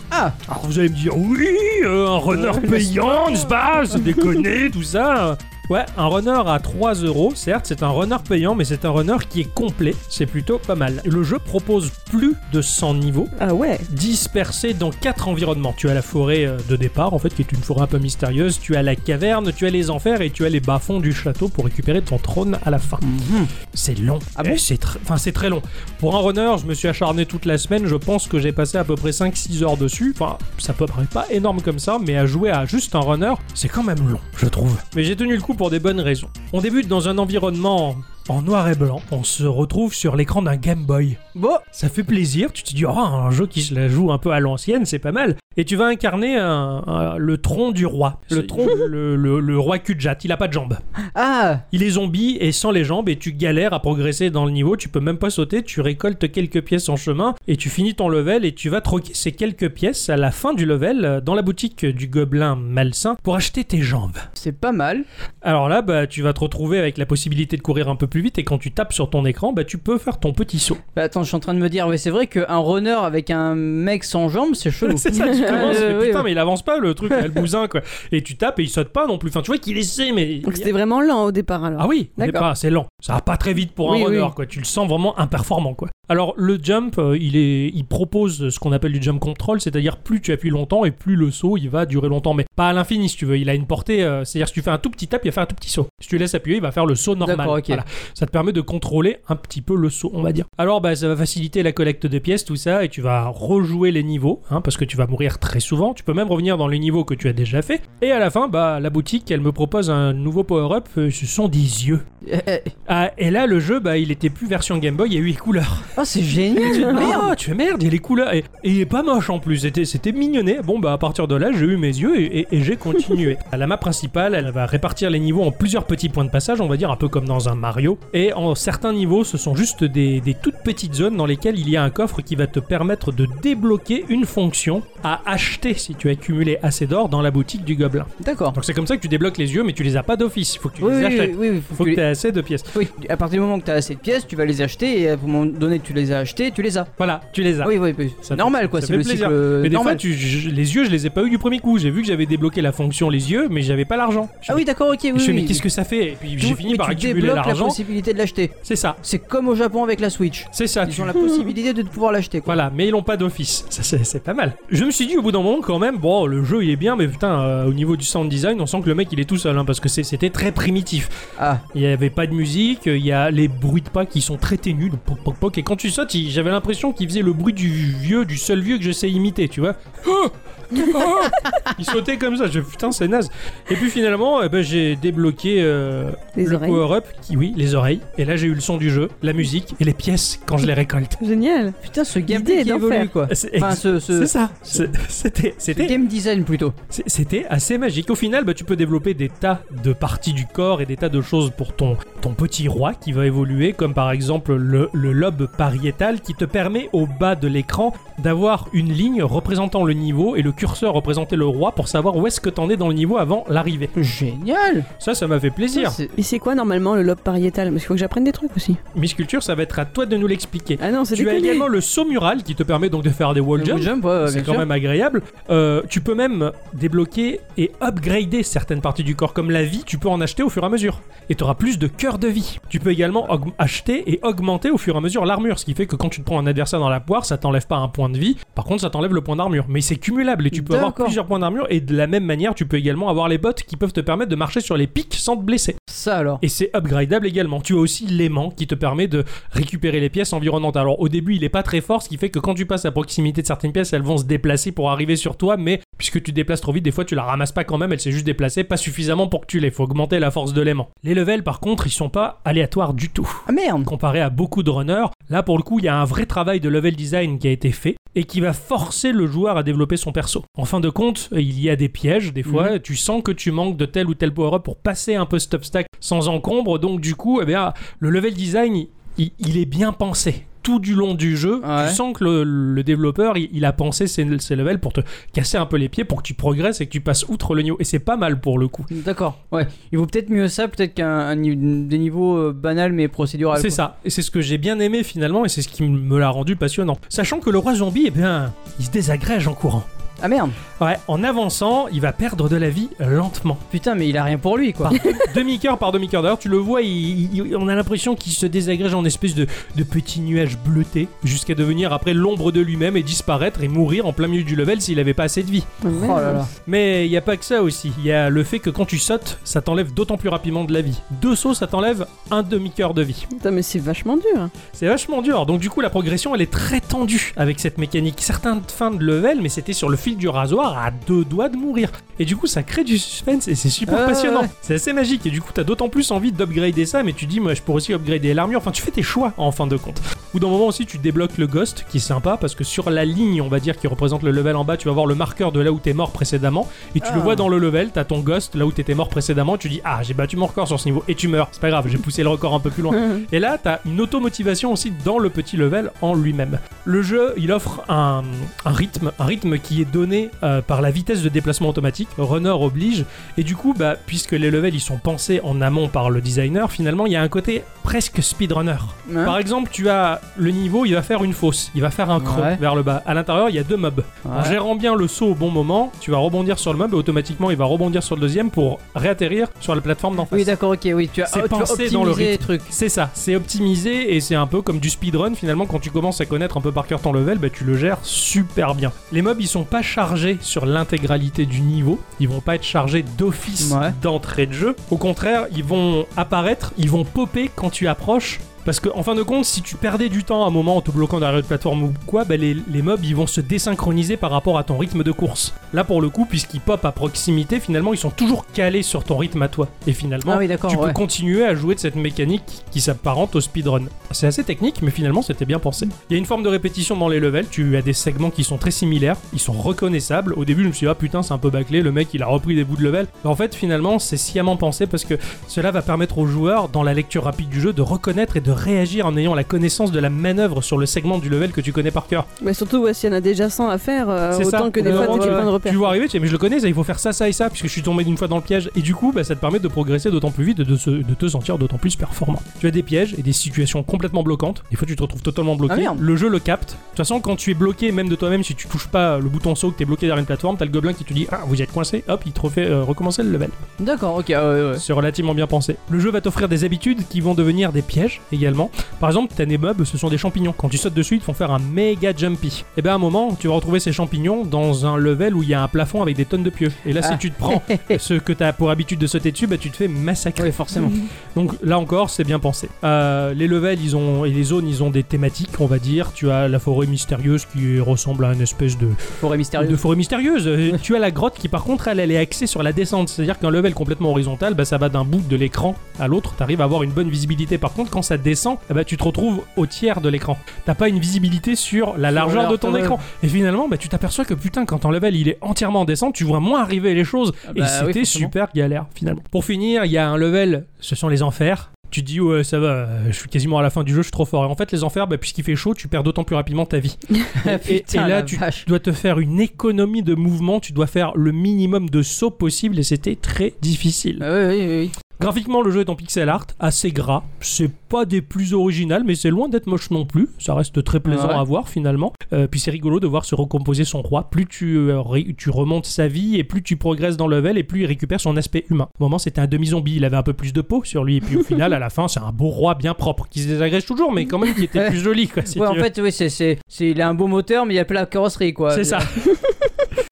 Ah. Alors vous allez me dire, oui, euh, un runner Ouais, payant, n'est-ce pas C'est déconné, tout ça Ouais, un runner à 3 euros, certes, c'est un runner payant, mais c'est un runner qui est complet. C'est plutôt pas mal. Le jeu propose plus de 100 niveaux, Ah ouais. dispersés dans quatre environnements. Tu as la forêt euh, de départ, en fait, qui est une forêt un peu mystérieuse. Tu as la caverne, tu as les enfers et tu as les bas-fonds du château pour récupérer ton trône à la fin. Mhm. C'est long. Ah bon Eh, c'est tr- Enfin, c'est très long. Pour un runner, je me suis acharné toute la semaine. Je pense que j'ai passé à peu près 5-6 heures dessus. Enfin, ça peut paraître pas énorme comme ça, mais à jouer à juste un runner, c'est quand même long, je trouve. Mais j'ai tenu le coup pour des bonnes raisons. On débute dans un environnement en noir et blanc. On se retrouve sur l'écran d'un Game Boy. Bon, Ça fait plaisir, tu te dis, oh, un jeu qui se la joue un peu à l'ancienne, c'est pas mal. Et tu vas incarner un- un- le tronc du roi. Le tronc le, le- le roi Kudjat, il a pas de jambes. ah, Il est zombie et sans les jambes et tu galères à progresser dans le niveau, tu peux même pas sauter, tu récoltes quelques pièces en chemin et tu finis ton level et tu vas troquer ces quelques pièces à la fin du level euh, dans la boutique du gobelin malsain pour acheter tes jambes. c'est pas mal. Alors là, bah, tu vas te retrouver avec la possibilité de courir un peu plus vite et quand tu tapes sur ton écran, bah, tu peux faire ton petit saut. Bah, attends, je suis en train de me dire, ouais, c'est vrai qu'un runner avec un mec sans jambes, c'est chelou. c'est ça, tu commences, Euh, mais oui, putain, oui. mais il avance pas le truc, il a le bousin quoi. Et tu tapes et il saute pas non plus. Enfin, tu vois qu'il essaie, mais. Donc c'était vraiment lent au départ alors. Ah oui, au D'accord. départ, c'est lent. Ça va pas très vite pour un Oui, runner, oui. quoi. Tu le sens vraiment imperformant, quoi. Alors le jump, euh, il est, il propose ce qu'on appelle du jump control, c'est-à-dire plus tu appuies longtemps et plus le saut il va durer longtemps, mais pas à l'infini si tu veux. Il a une portée, euh, c'est-à-dire si tu fais un tout petit tap, il va faire un tout petit saut. Si tu laisses appuyer, il va faire le saut normal. D'accord, ok. Voilà. Ça te permet de contrôler un petit peu le saut, on va dire. Alors bah ça va faciliter la collecte de pièces, tout ça, et tu vas rejouer les niveaux, hein, parce que tu vas mourir très souvent. Tu peux même revenir dans les niveaux que tu as déjà fait. Et à la fin, bah la boutique, elle me propose un nouveau power-up. euh, Ce sont des yeux. Eh, eh. Ah, et là, le jeu, bah, il était plus version Game Boy, il y a eu les couleurs. Ah, c'est génial. Merde, ah, tu fais merde, il y a les couleurs. Et, et il est pas moche en plus, c'était, c'était mignonné. Bon, bah, à partir de là, j'ai eu mes yeux et, et- et j'ai continué. À la map principale, elle va répartir les niveaux en plusieurs petits points de passage, on va dire un peu comme dans un Mario. Et en certains niveaux, ce sont juste des, des toutes petites zones dans lesquelles il y a un coffre qui va te permettre de débloquer une fonction à acheter si tu as cumulé assez d'or dans la boutique du gobelin. D'accord. Donc, c'est comme ça que tu débloques les yeux, mais tu les as pas d'office, il faut que tu Oui, les oui, achètes. oui, oui, oui, Faut que que tu tu aies assez de pièces. les- oui, à partir du moment que tu as assez de pièces, tu vas les acheter et à un moment donné que tu les as achetées, tu les as. Voilà, tu les as. Oui, oui, oui. Ça C'est fait- normal quoi, ça c'est fait le plaisir. cycle euh, Mais des fois, normal. tu, je- les yeux, je les ai pas eu du premier coup. J'ai vu que j'avais débloqué la fonction les yeux, mais j'avais pas l'argent. Je Ah me- oui, d'accord, ok, oui. je fais, mais oui. qu'est-ce que ça fait Et puis j'ai Tu- fini mais par tu accumuler débloques la l'argent. possibilité de l'acheter. C'est ça, C'est comme au Japon avec la Switch. c'est ça. Ils Ah, tu- ont la possibilité de pouvoir l'acheter quoi. Voilà, mais ils l'ont pas d'office. Ça, c'est c'est pas mal. Je me suis dit au bout d'un moment quand même, bon, le jeu il est bien, mais putain, euh, au niveau du sound design, on sent que le mec il est tout seul, hein, parce que c'est- c'était très primitif. Ah, Il y avait pas de musique, euh, il y a les bruits de pas qui sont très ténus, le poc poc poc. Et quand tu sautes, il- j'avais l'impression qu'il faisait le bruit du vieux, du seul vieux que je sais imiter, tu vois. Ah il sautait comme ça, je putain c'est naze. Et puis finalement, eh ben, j'ai débloqué euh, Les le oreilles. power-up, qui oui, les oreilles. Et là j'ai eu le son du jeu, la musique et les pièces quand je les récolte. Génial. putain, ce L'idée gameplay est qui d'en évolue faire. quoi. C'est Enfin, ce, c'est ce, ça, C'est- c'était ce c'était- game design plutôt. c'est- c'était assez magique. Au final, bah, tu peux développer des tas de parties du corps et des tas de choses pour ton, ton petit roi qui va évoluer, comme par exemple le, le lobe pariétal qui te permet au bas de l'écran d'avoir une ligne représentant le niveau et le curseur représenter le roi pour savoir où est-ce que t'en es dans le niveau avant l'arrivée. Génial. Ça, ça m'a fait plaisir. C'est- Et c'est quoi normalement le lobe pariétal Parce qu'il faut que j'apprenne des trucs aussi. Miss Culture, ça va être à toi de nous l'expliquer. Ah non, c'est Tu as déconné. également le saut mural qui te permet donc de faire des wall Le jumps. jump, ouais, ouais, C'est bien quand sûr. même agréable. Euh, tu peux même débloquer et upgrader certaines parties du corps, comme la vie, tu peux en acheter au fur et à mesure. Et tu auras plus de cœur de vie. Tu peux également aug- acheter et augmenter au fur et à mesure l'armure, ce qui fait que quand tu te prends un adversaire dans la poire, ça t'enlève pas un point de vie, par contre ça t'enlève le point d'armure. Mais c'est cumulable et tu peux avoir D'accord. plusieurs points d'armure, et de la même manière, tu peux également avoir les bottes qui peuvent te permettre de marcher sur les pics sans te blesser. Ça alors. Et c'est upgradable également. Tu as aussi l'aimant qui te permet de récupérer les pièces environnantes. Alors au début, il est pas très fort, ce qui fait que quand tu passes à proximité de certaines pièces, elles vont se déplacer pour arriver sur toi, mais puisque tu te déplaces trop vite, des fois tu la ramasses pas quand même, elle s'est juste déplacée, pas suffisamment pour que tu l'aies. Faut augmenter la force de l'aimant. Les levels, par contre, ils sont pas aléatoires du tout Ah merde. comparé à beaucoup de runners. Là, pour le coup, il y a un vrai travail de level design qui a été fait et qui va forcer le joueur à développer son perso. En fin de compte, il y a des pièges, des fois, tu sens que tu manques de tel ou tel power-up pour passer un peu cet obstacle sans encombre, donc du coup, eh bien, le level design, il, il est bien pensé. Tout du long du jeu, Ouais. tu sens que le, le développeur, il, il a pensé ses, ses levels pour te casser un peu les pieds, pour que tu progresses et que tu passes outre le niveau. Et c'est pas mal pour le coup. D'accord. Ouais. Il vaut peut-être mieux ça, peut-être qu'un un ni- des niveaux euh, banals mais procéduraux. C'est ça, et c'est ce que j'ai bien aimé finalement, et c'est ce qui me l'a rendu passionnant. Sachant que le roi zombie, eh bien, il se désagrège en courant. Ah merde. Ouais, en avançant, il va perdre de la vie lentement. Putain, mais il a rien pour lui quoi. Demi-cœur par demi-cœur. D'ailleurs, tu le vois, il- il- on a l'impression qu'il se désagrège en espèce de, de petit nuage bleuté, jusqu'à devenir après l'ombre de lui-même et disparaître et mourir en plein milieu du level s'il avait pas assez de vie. Oh Oh là là. Mais il n'y a pas que ça aussi. Il y a le fait que quand tu sautes, ça t'enlève d'autant plus rapidement de la vie. Deux sauts, ça t'enlève un demi-cœur de vie. Putain, mais c'est vachement dur. C'est vachement dur. Donc du coup, la progression, elle est très tendue avec cette mécanique. Certaines fins de level, mais c'était sur le fil du rasoir à deux doigts de mourir. Et du coup, ça crée du suspense et c'est super Ah, passionnant. ouais. C'est assez magique et du coup, t'as d'autant plus envie d'upgrader ça, mais tu dis, moi, je pourrais aussi upgrader l'armure. Enfin, tu fais tes choix en fin de compte. Ou d'un moment aussi, tu débloques le ghost, qui est sympa parce que sur la ligne, on va dire, qui représente le level en bas, tu vas voir le marqueur de là où t'es mort précédemment et tu le Ah. vois dans le level. T'as ton ghost là où t'étais mort précédemment. Tu dis, ah, j'ai battu mon record sur ce niveau et tu meurs. C'est pas grave, j'ai poussé le record un peu plus loin. Et là, t'as une automotivation aussi dans le petit level en lui-même. Le jeu, il offre un, un rythme, un rythme qui est donné euh, par la vitesse de déplacement automatique, runner oblige, et du coup, bah, puisque les levels ils sont pensés en amont par le designer, finalement, il y a un côté presque speedrunner. Hein Par exemple, tu as le niveau, il va faire une fosse, il va faire un creux Ouais. vers le bas. À l'intérieur, il y a deux mobs. En Ouais. gérant bien le saut au bon moment, tu vas rebondir sur le mob et automatiquement, il va rebondir sur le deuxième pour réatterrir sur la plateforme d'en face. Oui, d'accord, ok, oui, tu as, C'est tu as pensé dans le optimisé les rythme. trucs. C'est ça, c'est optimisé et c'est un peu comme du speedrun finalement quand tu commences à connaître un peu par cœur ton level, bah, tu le gères super bien. Les mobs ils sont pas chargés sur l'intégralité du niveau, ils vont pas être chargés d'office Ouais. d'entrée de jeu. Au contraire, ils vont apparaître, ils vont popper quand tu approches. Parce que, en fin de compte, si tu perdais du temps à un moment en te bloquant derrière une plateforme ou quoi, bah, les, les mobs ils vont se désynchroniser par rapport à ton rythme de course. Là pour le coup, puisqu'ils popent à proximité, finalement ils sont toujours calés sur ton rythme à toi. Et finalement, Ah oui, d'accord, tu peux ouais. continuer à jouer de cette mécanique qui s'apparente au speedrun. C'est assez technique, mais finalement c'était bien pensé. Il y a une forme de répétition dans les levels, tu as des segments qui sont très similaires, ils sont reconnaissables. Au début je me suis dit, ah putain c'est un peu bâclé, le mec il a repris des bouts de level. Mais en fait finalement c'est sciemment pensé parce que cela va permettre aux joueurs, dans la lecture rapide du jeu, de reconnaître et de réagir en ayant la connaissance de la manœuvre sur le segment du level que tu connais par cœur. Mais surtout, ouais, s'il y en a déjà 100 à faire, euh, C'est autant ça. que des Au fois, bout d'un t'as moment, des ouais, points de repère. Tu vois arriver, tu dis mais je le connais, ça, il faut faire ça, ça et ça, puisque je suis tombé d'une fois dans le piège. Et du coup, bah, ça te permet de progresser d'autant plus vite et de, se- de te sentir d'autant plus performant. Tu as des pièges et des situations complètement bloquantes. Des fois, tu te retrouves totalement bloqué. Ah, merde. le jeu le capte. De toute façon, quand tu es bloqué, même de toi-même, si tu touches pas le bouton saut, que t'es bloqué derrière une plateforme, t'as le gobelin qui te dit ah vous êtes coincé, hop, il te refait euh, recommencer le level. D'accord, ok, ah ouais, ouais. C'est relativement bien pensé. Le jeu va t'offrir des habitudes qui vont devenir des pièges également. Par exemple, t'as des mobs, ce sont des champignons. Quand tu sautes dessus, ils te font faire un méga jumpy. Et ben à un moment, tu vas retrouver ces champignons dans un level où il y a un plafond avec des tonnes de pieux. Et là, Ah. si tu te prends ce que t'as pour habitude de sauter dessus, bah, tu te fais massacrer. Oui, forcément. Donc là encore, c'est bien pensé. Euh, les levels, ils ont et les zones, ils ont des thématiques, on va dire. Tu as la forêt mystérieuse qui ressemble à une espèce de Forêt de mystérieuse. forêt mystérieuse. Euh, tu as la grotte qui, par contre, elle, elle est axée sur la descente. C'est-à-dire qu'un level complètement horizontal, bah, ça va d'un bout de l'écran à l'autre. T'arrives à avoir une bonne visibilité. Par contre, quand ça descend, eh bah, tu te retrouves au tiers de l'écran. T'as pas une visibilité sur la Sur largeur leur- de ton ouais. écran. Et finalement, bah, tu t'aperçois que putain, quand ton level il est entièrement en descente, tu vois moins arriver les choses. Ah et bah oui, c'était forcément. super galère finalement. Pour finir, il y a un level, ce sont les enfers. Tu te dis ouais ça va, euh, je suis quasiment à la fin du jeu, je suis trop fort. Et en fait les enfers, bah, puisqu'il fait chaud, tu perds d'autant plus rapidement ta vie. Et- et, Putain, là, la tu vache. dois te faire une économie de mouvement, tu dois faire le minimum de sauts possible et c'était très difficile. Ah ouais, oui, oui, oui. Graphiquement, le jeu est en pixel art, assez gras. C'est pas des plus originales, mais c'est loin d'être moche non plus. Ça reste très plaisant Ouais. à voir finalement. Euh, puis c'est rigolo de voir se recomposer son roi. Plus tu, euh, ré- tu remontes sa vie et plus tu progresses dans le level et plus il récupère son aspect humain. Au moment, c'était un demi-zombie. Il avait un peu plus de peau sur lui. Et puis au final, à la fin, c'est un beau roi bien propre qui se désagrège toujours, mais quand même qui était plus joli. Quoi, si ouais, tu en veux. fait, oui, c'est, c'est, c'est- il a un beau moteur, mais il y a plein la carrosserie, quoi. C'est ça.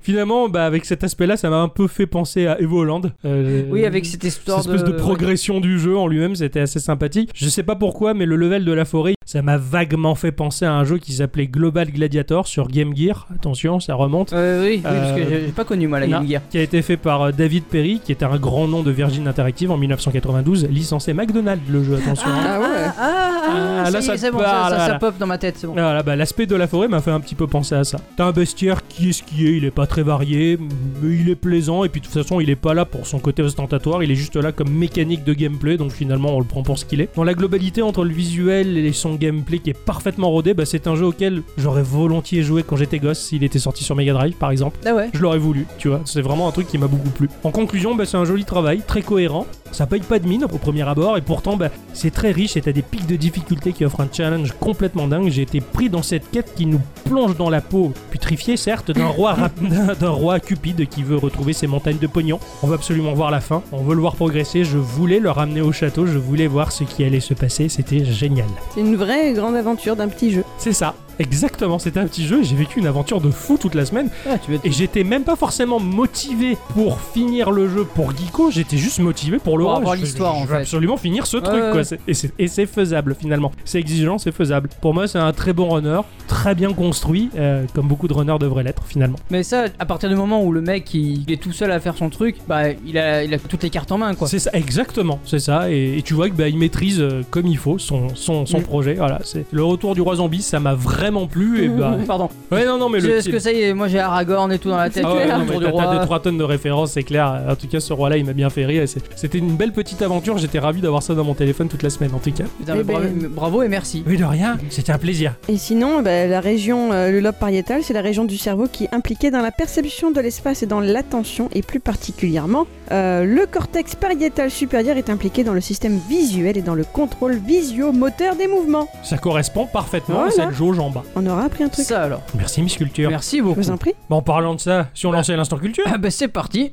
Finalement, bah, avec cet aspect-là, ça m'a un peu fait penser à Evoland. Euh, Oui, avec cette cette histoire espèce de, progression du jeu en lui-même, c'était assez sympathique. Je sais pas pourquoi, mais le level de la forêt, ça m'a vaguement fait penser à un jeu qui s'appelait Global Gladiator sur Game Gear. Attention, ça remonte. Euh, oui, oui, parce que Euh, j'ai j'ai pas connu moi la non. Game Gear. Qui a été fait par euh, David Perry, qui était un grand nom de Virgin Interactive en 1992, licencé McDonald's le jeu. Attention. hein. Ah ouais. Ah, Ah, ça là, y ça est, te c'est bon, parle, ça, ça, là, ça là. pop dans ma tête, c'est bon. Voilà, bah, l'aspect de la forêt m'a fait un petit peu penser à ça. T'as un bestiaire qui est ce qui est, il est pas très varié, mais il est plaisant, et puis de toute façon, il est pas là pour son côté ostentatoire, il est juste là comme mécanique de gameplay, donc finalement, on le prend pour ce qu'il est. Dans la globalité, entre le visuel et son gameplay qui est parfaitement rodé, bah, c'est un jeu auquel j'aurais volontiers joué quand j'étais gosse, s'il était sorti sur Mega Drive, par exemple. Ah ouais. Je l'aurais voulu, tu vois. C'est vraiment un truc qui m'a beaucoup plu. En conclusion, bah, c'est un joli travail, très cohérent. Ça paye pas de mine au premier abord, et pourtant, bah, c'est très riche et t'as des pics de difficulté qui offrent un challenge complètement dingue. J'ai été pris dans cette quête qui nous plonge dans la peau, putrifiée certes, d'un roi, rap- d'un- d'un roi cupide qui veut retrouver ses montagnes de pognon. On va absolument voir la fin, on veut le voir progresser. Je voulais le ramener au château, je voulais voir ce qui allait se passer, c'était génial. C'est une vraie grande aventure d'un petit jeu. C'est ça. Exactement, c'était un petit jeu et j'ai vécu une aventure de fou toute la semaine. Ah, tu veux Et j'étais même pas forcément motivé pour finir le jeu pour Geeko, j'étais juste motivé pour le Pour run. avoir Je- l'histoire, je- en je veux fait. absolument finir ce truc, ouais, quoi. ouais. C'est- Et c'est- et c'est faisable finalement. C'est exigeant, c'est faisable. Pour moi, c'est un très bon runner, très bien construit, euh, comme beaucoup de runners devraient l'être finalement. Mais ça, à partir du moment où le mec il, il est tout seul à faire son truc, bah il a, il a toutes les cartes en main quoi. C'est ça, exactement, c'est ça. Et, et tu vois que bah, il maîtrise euh, comme il faut son, son, son Mm. projet. Voilà, c'est le retour du roi zombie, ça m'a vraiment plu. Mm. Et bah, Ah, Pardon. ouais, non, non, mais le Est-ce petit- que ça y est, moi j'ai Aragorn et tout dans la tête, Ah ouais, non, mais autour du t'as- t'as deux, roi. trois tonnes de références, c'est clair. En tout cas, ce roi-là, il m'a bien fait rire. et c'est- C'était une belle petite aventure. J'étais ravi d'avoir ça dans mon téléphone toute la semaine, en tout cas. Putain, mais Eh ben- bravo, mais bravo et merci. Oui, de rien. C'était un plaisir. Et sinon, bah, la région, euh, le lobe pariétal, c'est la région du cerveau qui est impliquée dans la perception de l'espace et dans l'attention, et plus particulièrement, euh, le cortex pariétal supérieur est impliqué dans le système visuel et dans le contrôle visio-moteur des mouvements. Ça correspond parfaitement à Voilà. cette jauge en bas. On aura appris un truc. Ça alors. Merci, Miss Culture. Merci Je beaucoup. vous en prie. Bon, en parlant de ça, si on Bah. lançait l'instant culture Ah bah c'est parti.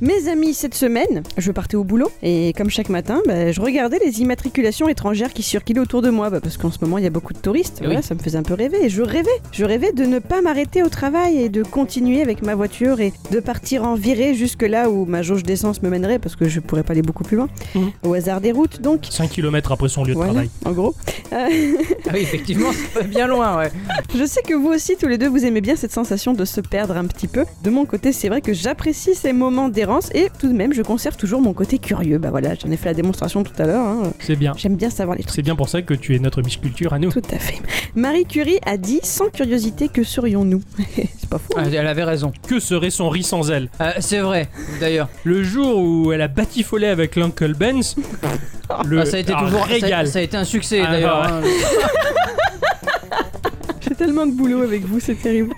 Mes amis, cette semaine, je partais au boulot et comme chaque matin, bah, je regardais les immatriculations étrangères qui circulaient autour de moi bah, parce qu'en ce moment il y a beaucoup de touristes. Eh Voilà, oui. ça me faisait un peu rêver et je rêvais. Je rêvais de ne pas m'arrêter au travail et de continuer avec ma voiture et de partir en virée jusque là où ma jauge d'essence me mènerait parce que je pourrais pas aller beaucoup plus loin. Mmh. Mhm. Au hasard des routes donc. 5 km après son lieu de Voilà, travail. en gros. Ah oui, effectivement, c'est pas bien loin, ouais. Je sais que vous aussi, tous les deux, vous aimez bien cette sensation de se perdre un petit peu. De mon côté, c'est vrai que j'apprécie ces moments d'errance et tout de même, je conserve toujours mon côté curieux. Bah voilà, j'en ai fait la démonstration tout à l'heure. hein. C'est bien. J'aime bien savoir les trucs. C'est bien pour ça que tu es notre Miss Culture à nous. Tout à fait. Marie Curie a dit sans curiosité que serions-nous C'est pas fou. Ah, hein elle avait raison. Que serait son riz sans elle Euh, c'est vrai, d'ailleurs. Le jour où elle a batifolé avec l'Uncle Benz, le Ah, ça a été un toujours ça, régal. ça a été un succès, Ah, d'ailleurs. bah hein. J'ai tellement de boulot avec vous, c'est terrible.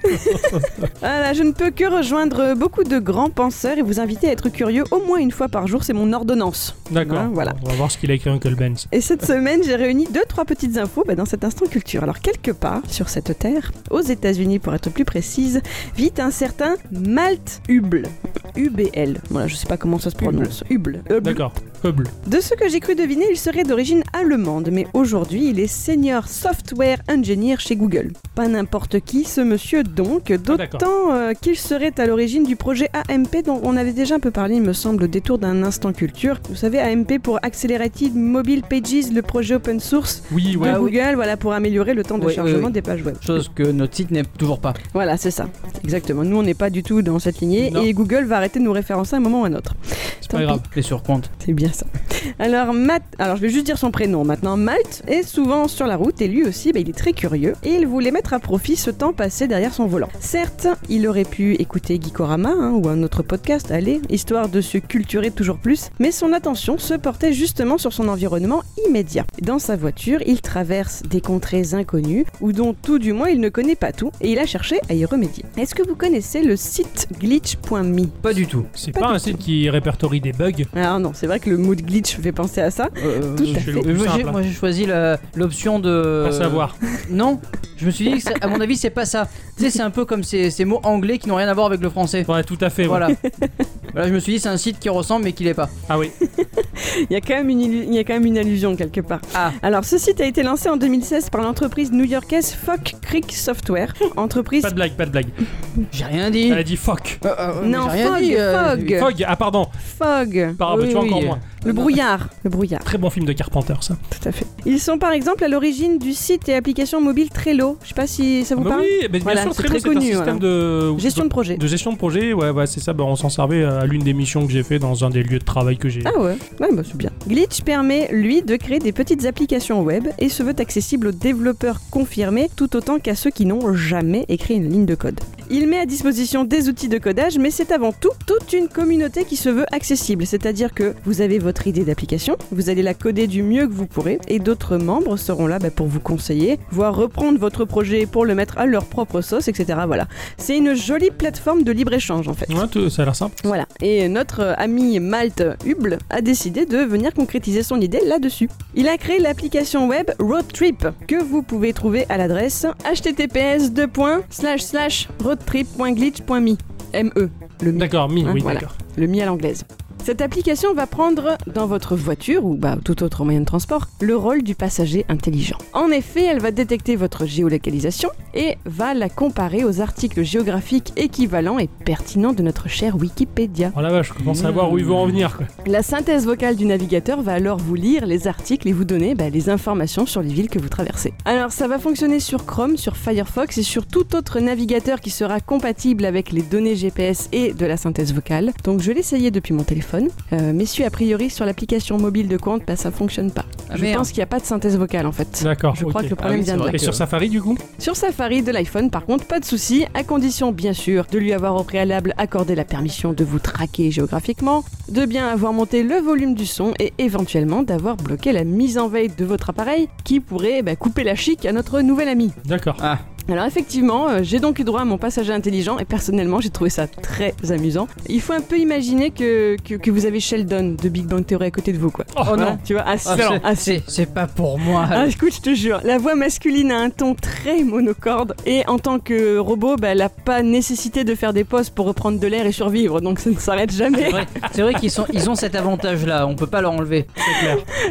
voilà, je ne peux que rejoindre beaucoup de grands penseurs et vous inviter à être curieux au moins une fois par jour. C'est mon ordonnance. D'accord. Hein, voilà. On va voir ce qu'il a écrit Uncle Benz. Et cette semaine, j'ai réuni deux, trois petites infos bah, dans cet instant culture. Alors, quelque part, sur cette terre, aux États-Unis pour être plus précise, vit un certain Malt Hubble. UBL. Voilà, je sais pas comment ça se prononce. Hubble. Hubble. D'accord. Hubble. De ce que j'ai cru deviner, il serait d'origine allemande, mais aujourd'hui, il est senior software engineer chez Google. Pas n'importe qui, ce monsieur donc, Ah, d'accord. d'autant euh, qu'il serait à l'origine du projet AMP dont on avait déjà un peu parlé, il me semble, au détour d'un instant culture. Vous savez, AMP pour Accelerated Mobile Pages, le projet open source Oui, ouais. de Ah oui. Google, voilà, pour améliorer le temps de Oui, oui, chargement oui. des pages web. Chose que notre site n'est toujours pas. Voilà, c'est ça. Exactement. Nous, on n'est pas du tout dans cette lignée, Non. et Google va arrêter de nous référencer à un moment ou à un autre. C'est pas tant pis. grave. Les surcomptes. C'est bien ça. Alors, Matt, alors je vais juste dire son prénom maintenant. Malte est souvent sur la route et lui aussi, bah, il est très curieux et il voulait mettre à profit ce temps passé derrière son volant. Certes, il aurait pu écouter Geekorama hein, ou un autre podcast, allez, histoire de se culturer toujours plus, mais son attention se portait justement sur son environnement immédiat. Dans sa voiture, il traverse des contrées inconnues ou dont tout du moins il ne connaît pas tout et il a cherché à y remédier. Est-ce que vous connaissez le site glitch.me Pas du tout. C'est Pas pas, du un site qui répertorie des bugs. Alors Ah non, c'est vrai que le mot de glitch fait penser à ça. Euh, Tout à je- fait. moi, Plus j'ai- simple. Moi j'ai choisi la- l'option de. Euh, Pas savoir. Non, je me suis dit que, ça- à mon avis, c'est pas ça. Tu sais, c'est un peu comme ces, ces mots anglais qui n'ont rien à voir avec le français. Ouais, tout à fait. ouais. Voilà. voilà, je me suis dit, c'est un site qui ressemble mais qui l'est pas. Ah oui. Il y, a quand même une, illu- il y a quand même une allusion quelque part. Ah. Alors, ce site a été lancé en 2016 par l'entreprise new-yorkaise Fock Creek Software. Entreprise. Pas de blague, pas de blague. J'ai rien dit. Elle a dit fuck. Euh, euh, mais Non, j'ai rien fog, dit. euh, fog. Fog, ah pardon, Fog. par rapport, Oui, tu vois oui. encore moins. Le brouillard. Le brouillard, Très bon film de Carpenter, ça. tout à fait. Ils sont par exemple à l'origine du site et application mobile Trello. Je sais pas si ça vous Bah parle. oui, bah bien Voilà, sûr, c'est Trello, très c'est un connu, système voilà. de... Gestion de projet. de gestion de projet, ouais, ouais, c'est ça. Bah, on s'en servait à l'une des missions que j'ai fait dans un des lieux de travail que j'ai. Ah ouais, ouais bah c'est bien. Glitch permet, lui, de créer des petites applications web et se veut accessible aux développeurs confirmés tout autant qu'à ceux qui n'ont jamais écrit une ligne de code. Il met à disposition des outils de codage, mais c'est avant tout toute une communauté qui se veut accessible, c'est-à-dire que vous avez votre idée d'application, vous allez la coder du mieux que vous pourrez, et d'autres membres seront là bah, pour vous conseiller, voire reprendre votre projet pour le mettre à leur propre sauce, etc. Voilà. C'est une jolie plateforme de libre-échange en fait. Ouais, tout- ça a l'air simple. Voilà. Et notre euh, ami Malte Hubble a décidé de venir concrétiser son idée là-dessus. Il a créé l'application web Road Trip que vous pouvez trouver à l'adresse https roadtrip.glitch.me. M-E, E. le Mi, D'accord, mine, Hein, oui, voilà. d'accord. le Mi à l'anglaise. Cette application va prendre dans votre voiture ou bah, tout autre moyen de transport le rôle du passager intelligent. En effet, elle va détecter votre géolocalisation et va la comparer aux articles géographiques équivalents et pertinents de notre chère Wikipédia. Oh la vache, je commence à voir où ils vont en venir, quoi. La synthèse vocale du navigateur va alors vous lire les articles et vous donner bah, les informations sur les villes que vous traversez. Alors ça va fonctionner sur Chrome, sur Firefox et sur tout autre navigateur qui sera compatible avec les données GPS et de la synthèse vocale. Donc je l'ai essayé depuis mon téléphone. Euh, messieurs, a priori sur l'application mobile de compte, bah, ça fonctionne pas. Ah, je merde. pense qu'il n'y a pas de synthèse vocale en fait. D'accord, Je crois ok. que le problème Ah oui, vient c'est de là. vrai. Et sur Safari, du coup Sur Safari de l'iPhone, par contre, pas de souci, à condition bien sûr de lui avoir au préalable accordé la permission de vous traquer géographiquement, de bien avoir monté le volume du son et éventuellement d'avoir bloqué la mise en veille de votre appareil qui pourrait bah, couper la chic à notre nouvel ami. D'accord. Ah, Alors effectivement, euh, j'ai donc eu droit à mon passager intelligent et personnellement j'ai trouvé ça très amusant. Il faut un peu imaginer que, que, que vous avez Sheldon de Big Bang Theory à côté de vous quoi. Oh, non. Voilà, tu vois, assis, ah, c'est- assis. c'est c'est pas pour moi. Ah, écoute, je te jure, la voix masculine a un ton très monocorde et en tant que robot, bah, elle n'a pas nécessité de faire des pauses pour reprendre de l'air et survivre, donc ça ne s'arrête jamais. C'est vrai, c'est vrai qu'ils sont, ils ont cet avantage-là, on peut pas leur enlever.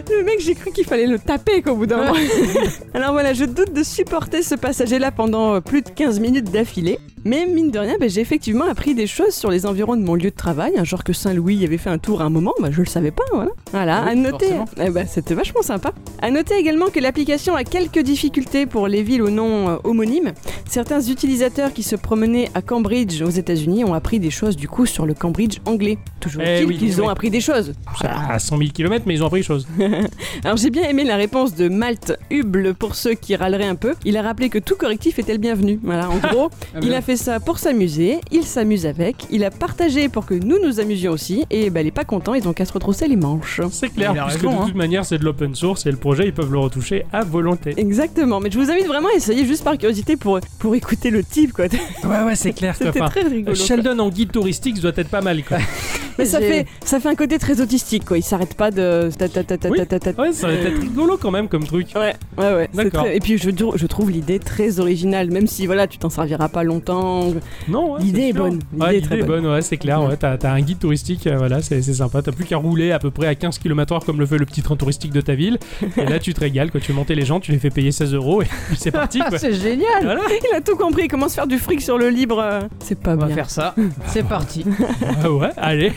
Le mec, j'ai cru qu'il fallait le taper qu'au bout d'un moment. Alors voilà, je doute de supporter ce passager-là pendant euh, plus de 15 minutes d'affilée. Mais mine de rien, bah, j'ai effectivement appris des choses sur les environs de mon lieu de travail, hein, genre que Saint-Louis avait fait un tour à un moment, bah, je le savais pas, voilà. Voilà, Oui, à noter, forcément. eh ben, c'était vachement sympa. À noter également que l'application a quelques difficultés pour les villes aux noms euh, homonymes. Certains utilisateurs qui se promenaient à Cambridge aux États-Unis ont appris des choses du coup sur le Cambridge anglais. Toujours Eh est-il oui, qu'ils ont oui. appris des choses. C'est À 100 000 km, mais ils ont appris les choses. Alors j'ai bien aimé la réponse de Malte Huble pour ceux qui râleraient un peu. Il a rappelé que tout correctif était le bienvenu. Voilà, en gros, Ah, il a fait ça pour s'amuser, il s'amuse avec, il a partagé pour que nous nous amusions aussi, et bah, il est pas content, ils ont qu'à se retrousser les manches. C'est Il a clair, puisque raison, de hein. toute manière, c'est de l'open source et le projet, ils peuvent le retoucher à volonté. Exactement, mais je vous invite vraiment à essayer juste par curiosité pour, pour écouter le type quoi. Ouais, ouais, c'est clair, C'était très rigolo. quoi. Sheldon en guide touristique, ça doit être pas mal, quoi. Mais ça J'ai- fait, ça fait un côté très autistique quoi, il s'arrête pas de. ta- ta- ta- ta- Oui. ta- ta- ta- Ouais, ça doit être rigolo quand même comme truc. Ouais, ouais, ouais. c'est D'accord. très- Et puis je, je trouve l'idée très originale, même si voilà, tu t'en serviras pas longtemps. Non, ouais, L'idée c'est est sûr. bonne. Ouais, L'idée est très l'idée est bonne, ouais, c'est clair. Ouais. Ouais, t'as t'as un guide touristique, euh, voilà, c'est c'est sympa. T'as plus qu'à rouler à peu près à 15 km/h comme le fait le petit train touristique de ta ville. Et là, tu te régales, quoi. Tu montes les gens, tu les fais payer 16 euros et puis c'est parti, quoi. Ah, c'est génial. Voilà. Il a tout compris, il commence à faire du fric sur le libre. euh, C'est pas On va bien. faire ça. C'est parti. Ah ouais, allez.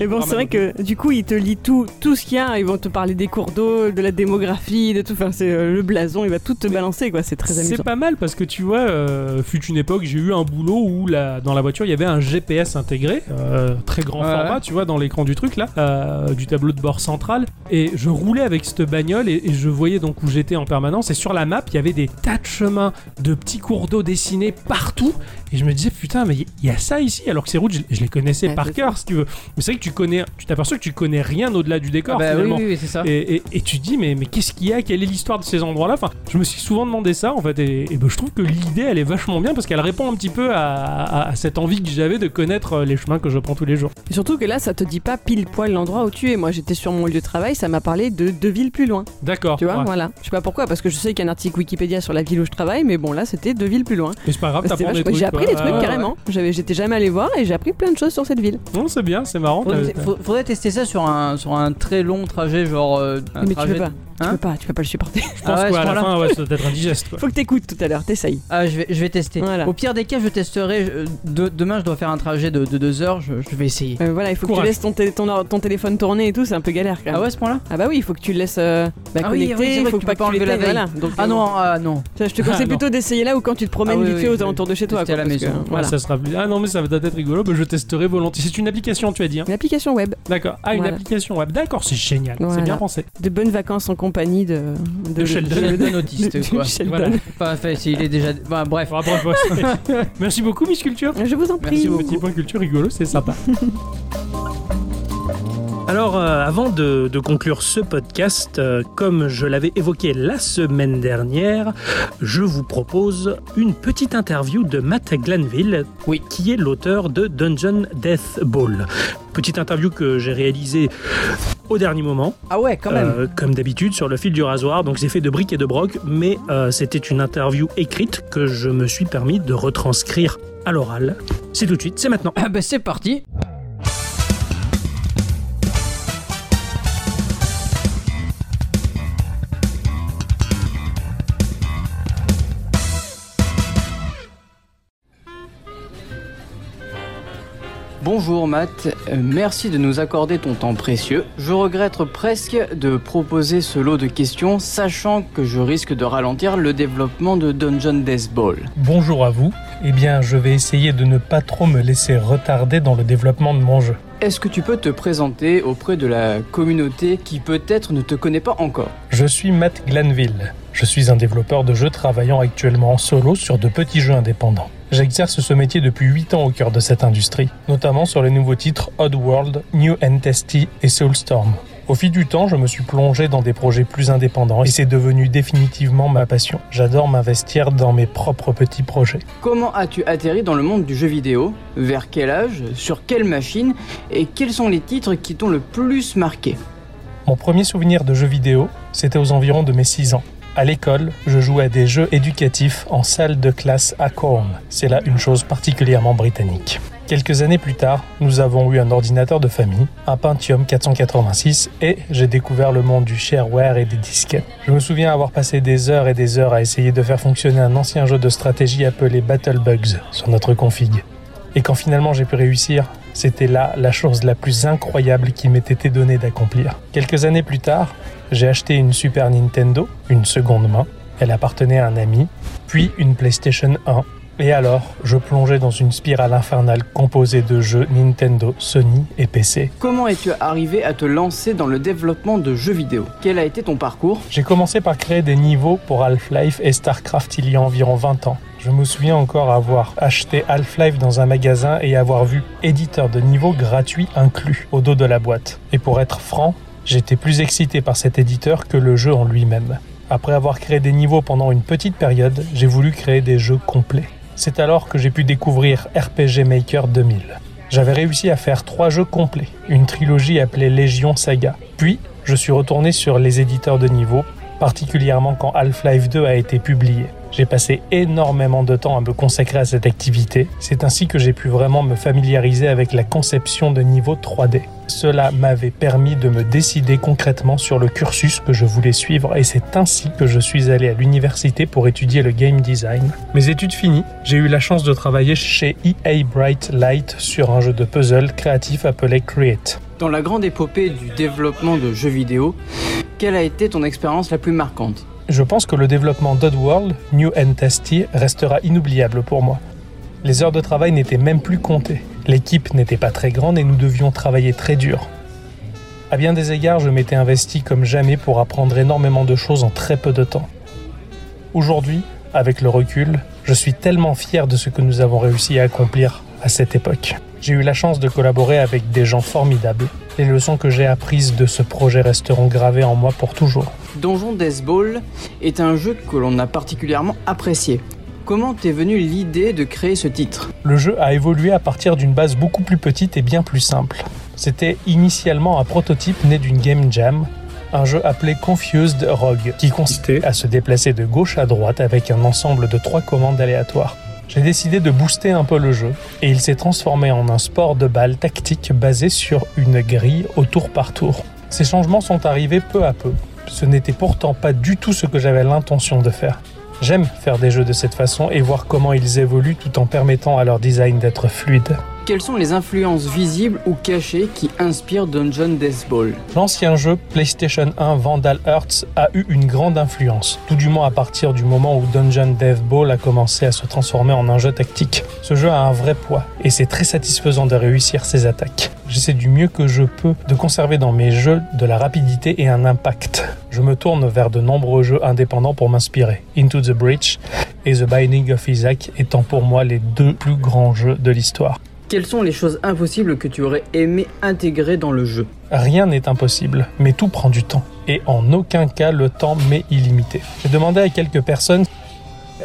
Et bon, c'est vrai que du coup, il te lit tout, tout ce qu'il y a. Ils vont te parler des cours d'eau, de la démographie, de tout. Enfin, c'est euh, le blason, il va tout te balancer, quoi. C'est très C'est amusant. pas mal parce que tu vois, euh, fut une époque, j'ai eu un boulot où la, dans la voiture il y avait un GPS intégré, euh, très grand Ouais. format, tu vois, dans l'écran du truc là, euh, du tableau de bord central. Et je roulais avec cette bagnole et, et je voyais donc où j'étais en permanence. Et sur la map, il y avait des tas de chemins, de petits cours d'eau dessinés partout. Et je me disais, putain, mais il y- il y, a ça ici, alors que ces routes, je, je les connaissais Ouais, par c'est cœur, si tu veux. Mais c'est vrai que tu connais, tu t'aperçois que tu connais rien au-delà du décor Ah bah oui, finalement. oui, oui, c'est ça. Et, et- et tu te dis, mais, mais qu'est-ce qu'il y a Quelle est l'histoire de ces endroits-là enfin, Je me suis souvent demandé ça, en fait, et, et ben, je trouve que l'idée, elle est vachement bien parce qu'elle répond un petit peu à, à- à cette envie que j'avais de connaître euh, les chemins que je prends tous les jours. Et Surtout que là, ça te dit pas pile poil l'endroit où tu es. Moi, j'étais sur mon lieu de travail, ça m'a parlé de deux villes plus loin. D'accord. Tu vois, ouais. voilà. Je sais pas pourquoi, parce que je sais qu'il y a un article Wikipédia sur la ville où je travaille, mais bon, là, c'était deux villes plus loin. Mais c'est Ah, pas grave, C'était t'apprends des vachement- trucs. J'ai appris quoi. des trucs Ouais, ouais. carrément. J'avais- J'étais jamais allé voir et j'ai appris plein de choses sur cette ville. Non, c'est bien, c'est marrant. Faudrait, t'as- euh, faut- faudrait tester ça sur un, sur un très long trajet, genre. euh, un mais tu trajet peux pas. Tu Hein peux pas, tu peux pas le supporter. Je Ah pense qu'à ouais, à ce la point-là. fin, ouais, ça doit être indigeste. Quoi. Faut que t'écoutes tout à l'heure, t'essayes. Ah, je vais, je vais tester. Voilà. Au pire des cas, je testerai. je- de- demain, je dois faire un trajet de 2 heures. Je, je vais essayer. Euh, voilà, il faut que Courage. tu laisses ton, té- ton, or- ton téléphone tourner et tout, c'est un peu galère quand même. Ah ouais, à ce point-là Ah bah oui, il faut que tu le laisses euh, bah, Ah oui, connecté, oui, c'est il vrai faut que tu pas peux pas que tu enlever la l'éteignes, veille. voilà. Donc, Ah euh, non, ah non. ça, je te conseille Ah non. plutôt d'essayer là ou quand tu te promènes Ah oui, vite fait oui, aux je- alentours de chez toi. tester à quoi, la parce que, maison. voilà. Ouais, ça sera plus- Ah non, mais ça va peut-être être rigolo, mais je testerai volontiers. C'est une application, tu as dit. hein Une application web. D'accord. Ah, une Voilà. application web. D'accord, c'est génial. C'est Voilà. bien pensé. De bonnes vacances en compagnie de, De Sheldon. Je de- le donne de- de autiste, quoi. Sheldon. Voilà. Enfin, fait, s'il est déjà. Enfin, bref. Enfin, bref, ouais. Merci beaucoup, Miss Culture. Je vous en Merci prie. Petit point culture rigolo, c'est sympa. Alors, euh, avant de, de conclure ce podcast, euh, comme je l'avais évoqué la semaine dernière, je vous propose une petite interview de Matt Glanville, Oui. qui est l'auteur de Dungeon Death Ball. Petite interview que j'ai réalisée au dernier moment, Ah ouais, quand même. euh, comme d'habitude, sur le fil du rasoir. Donc, c'est fait de briques et de broc, mais euh, c'était une interview écrite que je me suis permis de retranscrire à l'oral. C'est tout de suite, c'est maintenant. Ah bah c'est parti. Bonjour Matt, Euh, merci de nous accorder ton temps précieux. Je regrette presque de proposer ce lot de questions, sachant que je risque de ralentir le développement de Dungeon Death Ball. Bonjour à vous. Eh bien, je vais essayer de ne pas trop me laisser retarder dans le développement de mon jeu. Est-ce que tu peux te présenter auprès de la communauté qui peut-être ne te connaît pas encore Je suis Matt Glanville. Je suis un développeur de jeux travaillant actuellement en solo sur de petits jeux indépendants. J'exerce ce métier depuis 8 ans au cœur de cette industrie, notamment sur les nouveaux titres Oddworld, New and Testy et Soulstorm. Au fil du temps, je me suis plongé dans des projets plus indépendants et c'est devenu définitivement ma passion. J'adore m'investir dans mes propres petits projets. Comment as-tu atterri dans le monde du jeu vidéo Vers quel âge Sur quelle machine Et quels sont les titres qui t'ont le plus marqué Mon premier souvenir de jeux vidéo, c'était aux environs de mes 6 ans. À l'école, je jouais à des jeux éducatifs en salle de classe à Corn. C'est là une chose particulièrement britannique. Quelques années plus tard, nous avons eu un ordinateur de famille, un Pentium 486, et j'ai découvert le monde du shareware et des disquettes. Je me souviens avoir passé des heures et des heures à essayer de faire fonctionner un ancien jeu de stratégie appelé Battle Bugs sur notre config. Et quand finalement j'ai pu réussir, c'était là la chose la plus incroyable qui m'ait été donnée d'accomplir. Quelques années plus tard, j'ai acheté une Super Nintendo, une seconde main, elle appartenait à un ami, puis une PlayStation 1. Et alors, je plongeais dans une spirale infernale composée de jeux Nintendo, Sony et PC. Comment es-tu arrivé à te lancer dans le développement de jeux vidéo Quel a été ton parcours J'ai commencé par créer des niveaux pour Half-Life et StarCraft il y a environ 20 ans. Je me souviens encore avoir acheté Half-Life dans un magasin et avoir vu éditeur de niveaux gratuit inclus au dos de la boîte. Et pour être franc, j'étais plus excité par cet éditeur que le jeu en lui-même. Après avoir créé des niveaux pendant une petite période, j'ai voulu créer des jeux complets. C'est alors que j'ai pu découvrir RPG Maker 2000 j'avais réussi à faire trois jeux complets, une trilogie appelée Légion Saga. Puis, je suis retourné sur les éditeurs de niveau, particulièrement quand Half-Life 2 a été publié. J'ai passé énormément de temps à me consacrer à cette activité, c'est ainsi que j'ai pu vraiment me familiariser avec la conception de niveau 3D. Cela m'avait permis de me décider concrètement sur le cursus que je voulais suivre et c'est ainsi que je suis allé à l'université pour étudier le game design. Mes études finies, j'ai eu la chance de travailler chez EA Bright Light sur un jeu de puzzle créatif appelé Create. Dans la grande épopée du développement de jeux vidéo, quelle a été ton expérience la plus marquante Je pense que le développement d'Oddworld, New and Tasty, restera inoubliable pour moi. Les heures de travail n'étaient même plus comptées. L'équipe n'était pas très grande et nous devions travailler très dur. À bien des égards, je m'étais investi comme jamais pour apprendre énormément de choses en très peu de temps. Aujourd'hui, avec le recul, je suis tellement fier de ce que nous avons réussi à accomplir à cette époque. J'ai eu la chance de collaborer avec des gens formidables. Les leçons que j'ai apprises de ce projet resteront gravées en moi pour toujours. Donjon Death Ball est un jeu que l'on a particulièrement apprécié. Comment t'es venue l'idée de créer ce titre Le jeu a évolué à partir d'une base beaucoup plus petite et bien plus simple. C'était initialement un prototype né d'une game jam, un jeu appelé Confused Rogue, qui consistait à se déplacer de gauche à droite avec un ensemble de trois commandes aléatoires. J'ai décidé de booster un peu le jeu, et il s'est transformé en un sport de balle tactique basé sur une grille au tour par tour. Ces changements sont arrivés peu à peu. Ce n'était pourtant pas du tout ce que j'avais l'intention de faire. J'aime faire des jeux de cette façon et voir comment ils évoluent tout en permettant à leur design d'être fluide. Quelles sont les influences visibles ou cachées qui inspirent Dungeon Death Ball L'ancien jeu PlayStation 1 Vandal Hearts a eu une grande influence, tout du moins à partir du moment où Dungeon Death Ball a commencé à se transformer en un jeu tactique. Ce jeu a un vrai poids et c'est très satisfaisant de réussir ses attaques. J'essaie du mieux que je peux de conserver dans mes jeux de la rapidité et un impact. Je me tourne vers de nombreux jeux indépendants pour m'inspirer. Into the Breach et The Binding of Isaac étant pour moi les deux plus grands jeux de l'histoire. Quelles sont les choses impossibles que tu aurais aimé intégrer dans le jeu Rien n'est impossible, mais tout prend du temps. Et en aucun cas le temps m'est illimité. J'ai demandé à quelques personnes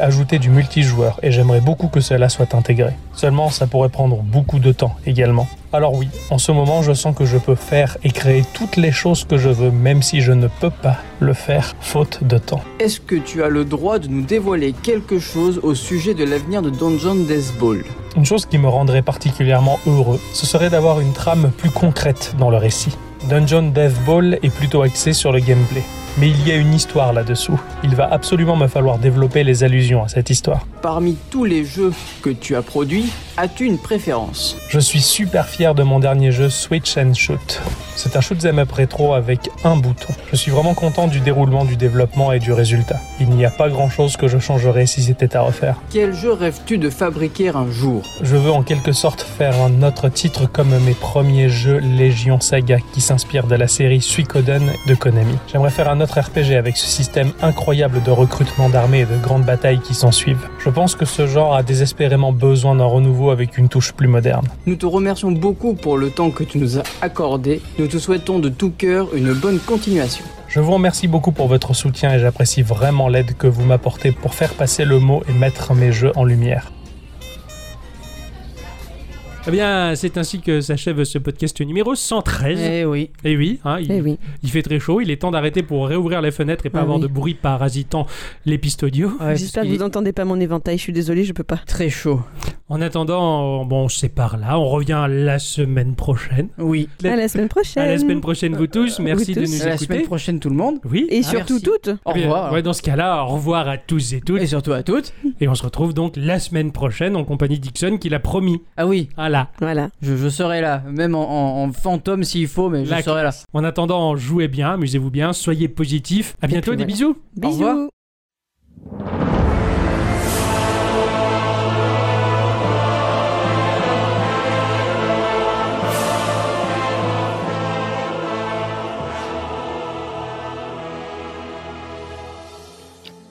ajouter du multijoueur et j'aimerais beaucoup que cela soit intégré. Seulement, ça pourrait prendre beaucoup de temps également. Alors oui, en ce moment, je sens que je peux faire et créer toutes les choses que je veux, même si je ne peux pas le faire faute de temps. Est-ce que tu as le droit de nous dévoiler quelque chose au sujet de l'avenir de Dungeon Death Ball Une chose qui me rendrait particulièrement heureux, ce serait d'avoir une trame plus concrète dans le récit. Dungeon Death Ball est plutôt axé sur le gameplay. Mais il y a une histoire là-dessous. Il va absolument me falloir développer les allusions à cette histoire. Parmi tous les jeux que tu as produits, as-tu une préférence Je suis super fier de mon dernier jeu Switch and Shoot. C'est un shoot 'em up rétro avec un bouton. Je suis vraiment content du déroulement du développement et du résultat. Il n'y a pas grand-chose que je changerais si c'était à refaire. Quel jeu rêves-tu de fabriquer un jour Je veux en quelque sorte faire un autre titre comme mes premiers jeux Légion Saga qui s'inspire de la série Suikoden de Konami. J'aimerais faire un autre RPG avec ce système incroyable de recrutement d'armées et de grandes batailles qui s'ensuivent. Je pense que ce genre a désespérément besoin d'un renouveau avec une touche plus moderne. Nous te remercions beaucoup pour le temps que tu nous as accordé. Nous te souhaitons de tout cœur une bonne continuation. Je vous remercie beaucoup pour votre soutien et j'apprécie vraiment l'aide que vous m'apportez pour faire passer le mot et mettre mes jeux en lumière. Eh bien, c'est ainsi que s'achève ce podcast numéro 113. Et, Eh oui. oui, hein, il, Eh oui. il fait très chaud, il est temps d'arrêter pour réouvrir les fenêtres et pas Ah avoir oui. de bruit parasitant les pistes audio. Ouais, J'espère parce que vous qu'il n'entendez pas mon éventail, je suis désolée, je peux pas. est Très chaud. En attendant, bon, c'est par là, on revient la semaine prochaine. Oui. La- À la semaine prochaine. À la semaine prochaine, vous tous, merci vous de tous. nous À la semaine écouter. prochaine tout le monde. Oui. Et Ah, surtout merci. toutes. Au Eh bien, revoir. ouais, dans ce cas-là, au revoir à tous et toutes. Et surtout à toutes. Et on se retrouve donc la semaine prochaine en compagnie d'Ixon qui l'a promis. Ah oui, Ah là. Voilà. je, je serai là, même en, en- en fantôme s'il faut, mais je La serai là. En attendant, jouez bien, amusez-vous bien, soyez positifs. À bientôt, puis des voilà. bisous. Au revoir. Bisous.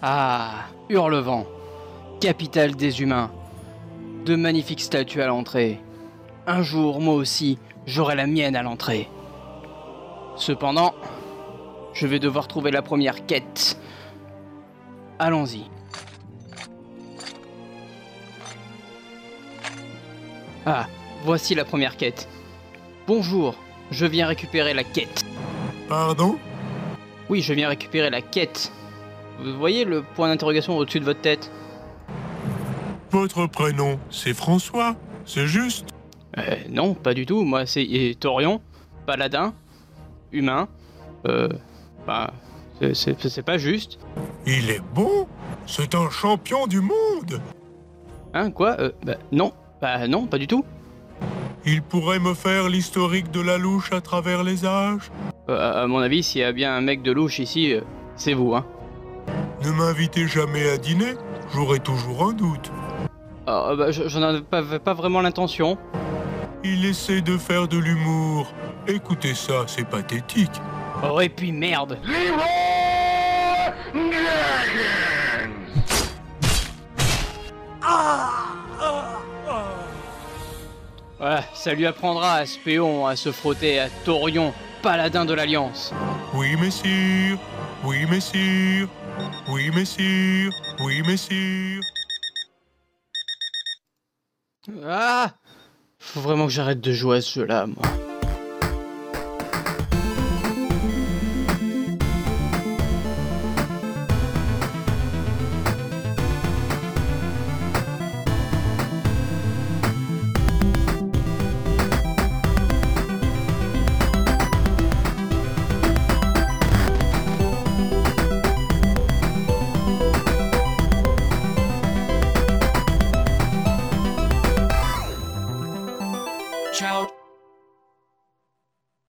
Ah, Hurlevent, capitale des humains. De magnifiques statues à l'entrée. Un jour, moi aussi, j'aurai la mienne à l'entrée. Cependant, je vais devoir trouver la première quête. Allons-y. Ah, voici la première quête. Bonjour, je viens récupérer la quête. Pardon Oui, je viens récupérer la quête. Vous voyez le point d'interrogation au-dessus de votre tête Votre prénom, c'est François, c'est juste Euh, non, pas du tout. Moi, c'est et Torion, paladin, humain. Euh, bah, c'est- c'est c'est pas juste. Il est bon C'est un champion du monde Hein, quoi Euh, Bah, non, bah, non, pas du tout. Il pourrait me faire l'historique de la louche à travers les âges Euh, à mon avis, s'il y a bien un mec de louche ici, euh, c'est vous, hein. Ne m'invitez jamais à dîner, j'aurai toujours un doute. Ah, bah, je- j'en avais pas, pas vraiment l'intention. Il essaie de faire de l'humour. Écoutez ça, c'est pathétique. Oh, et puis merde Ah, Ouais, ça lui apprendra à ce péon à se frotter à Torion, paladin de l'Alliance. Oui, messire. Oui, messire. Oui, messire. Oui, messire. Ah Faut vraiment que j'arrête de jouer à ce jeu-là, moi.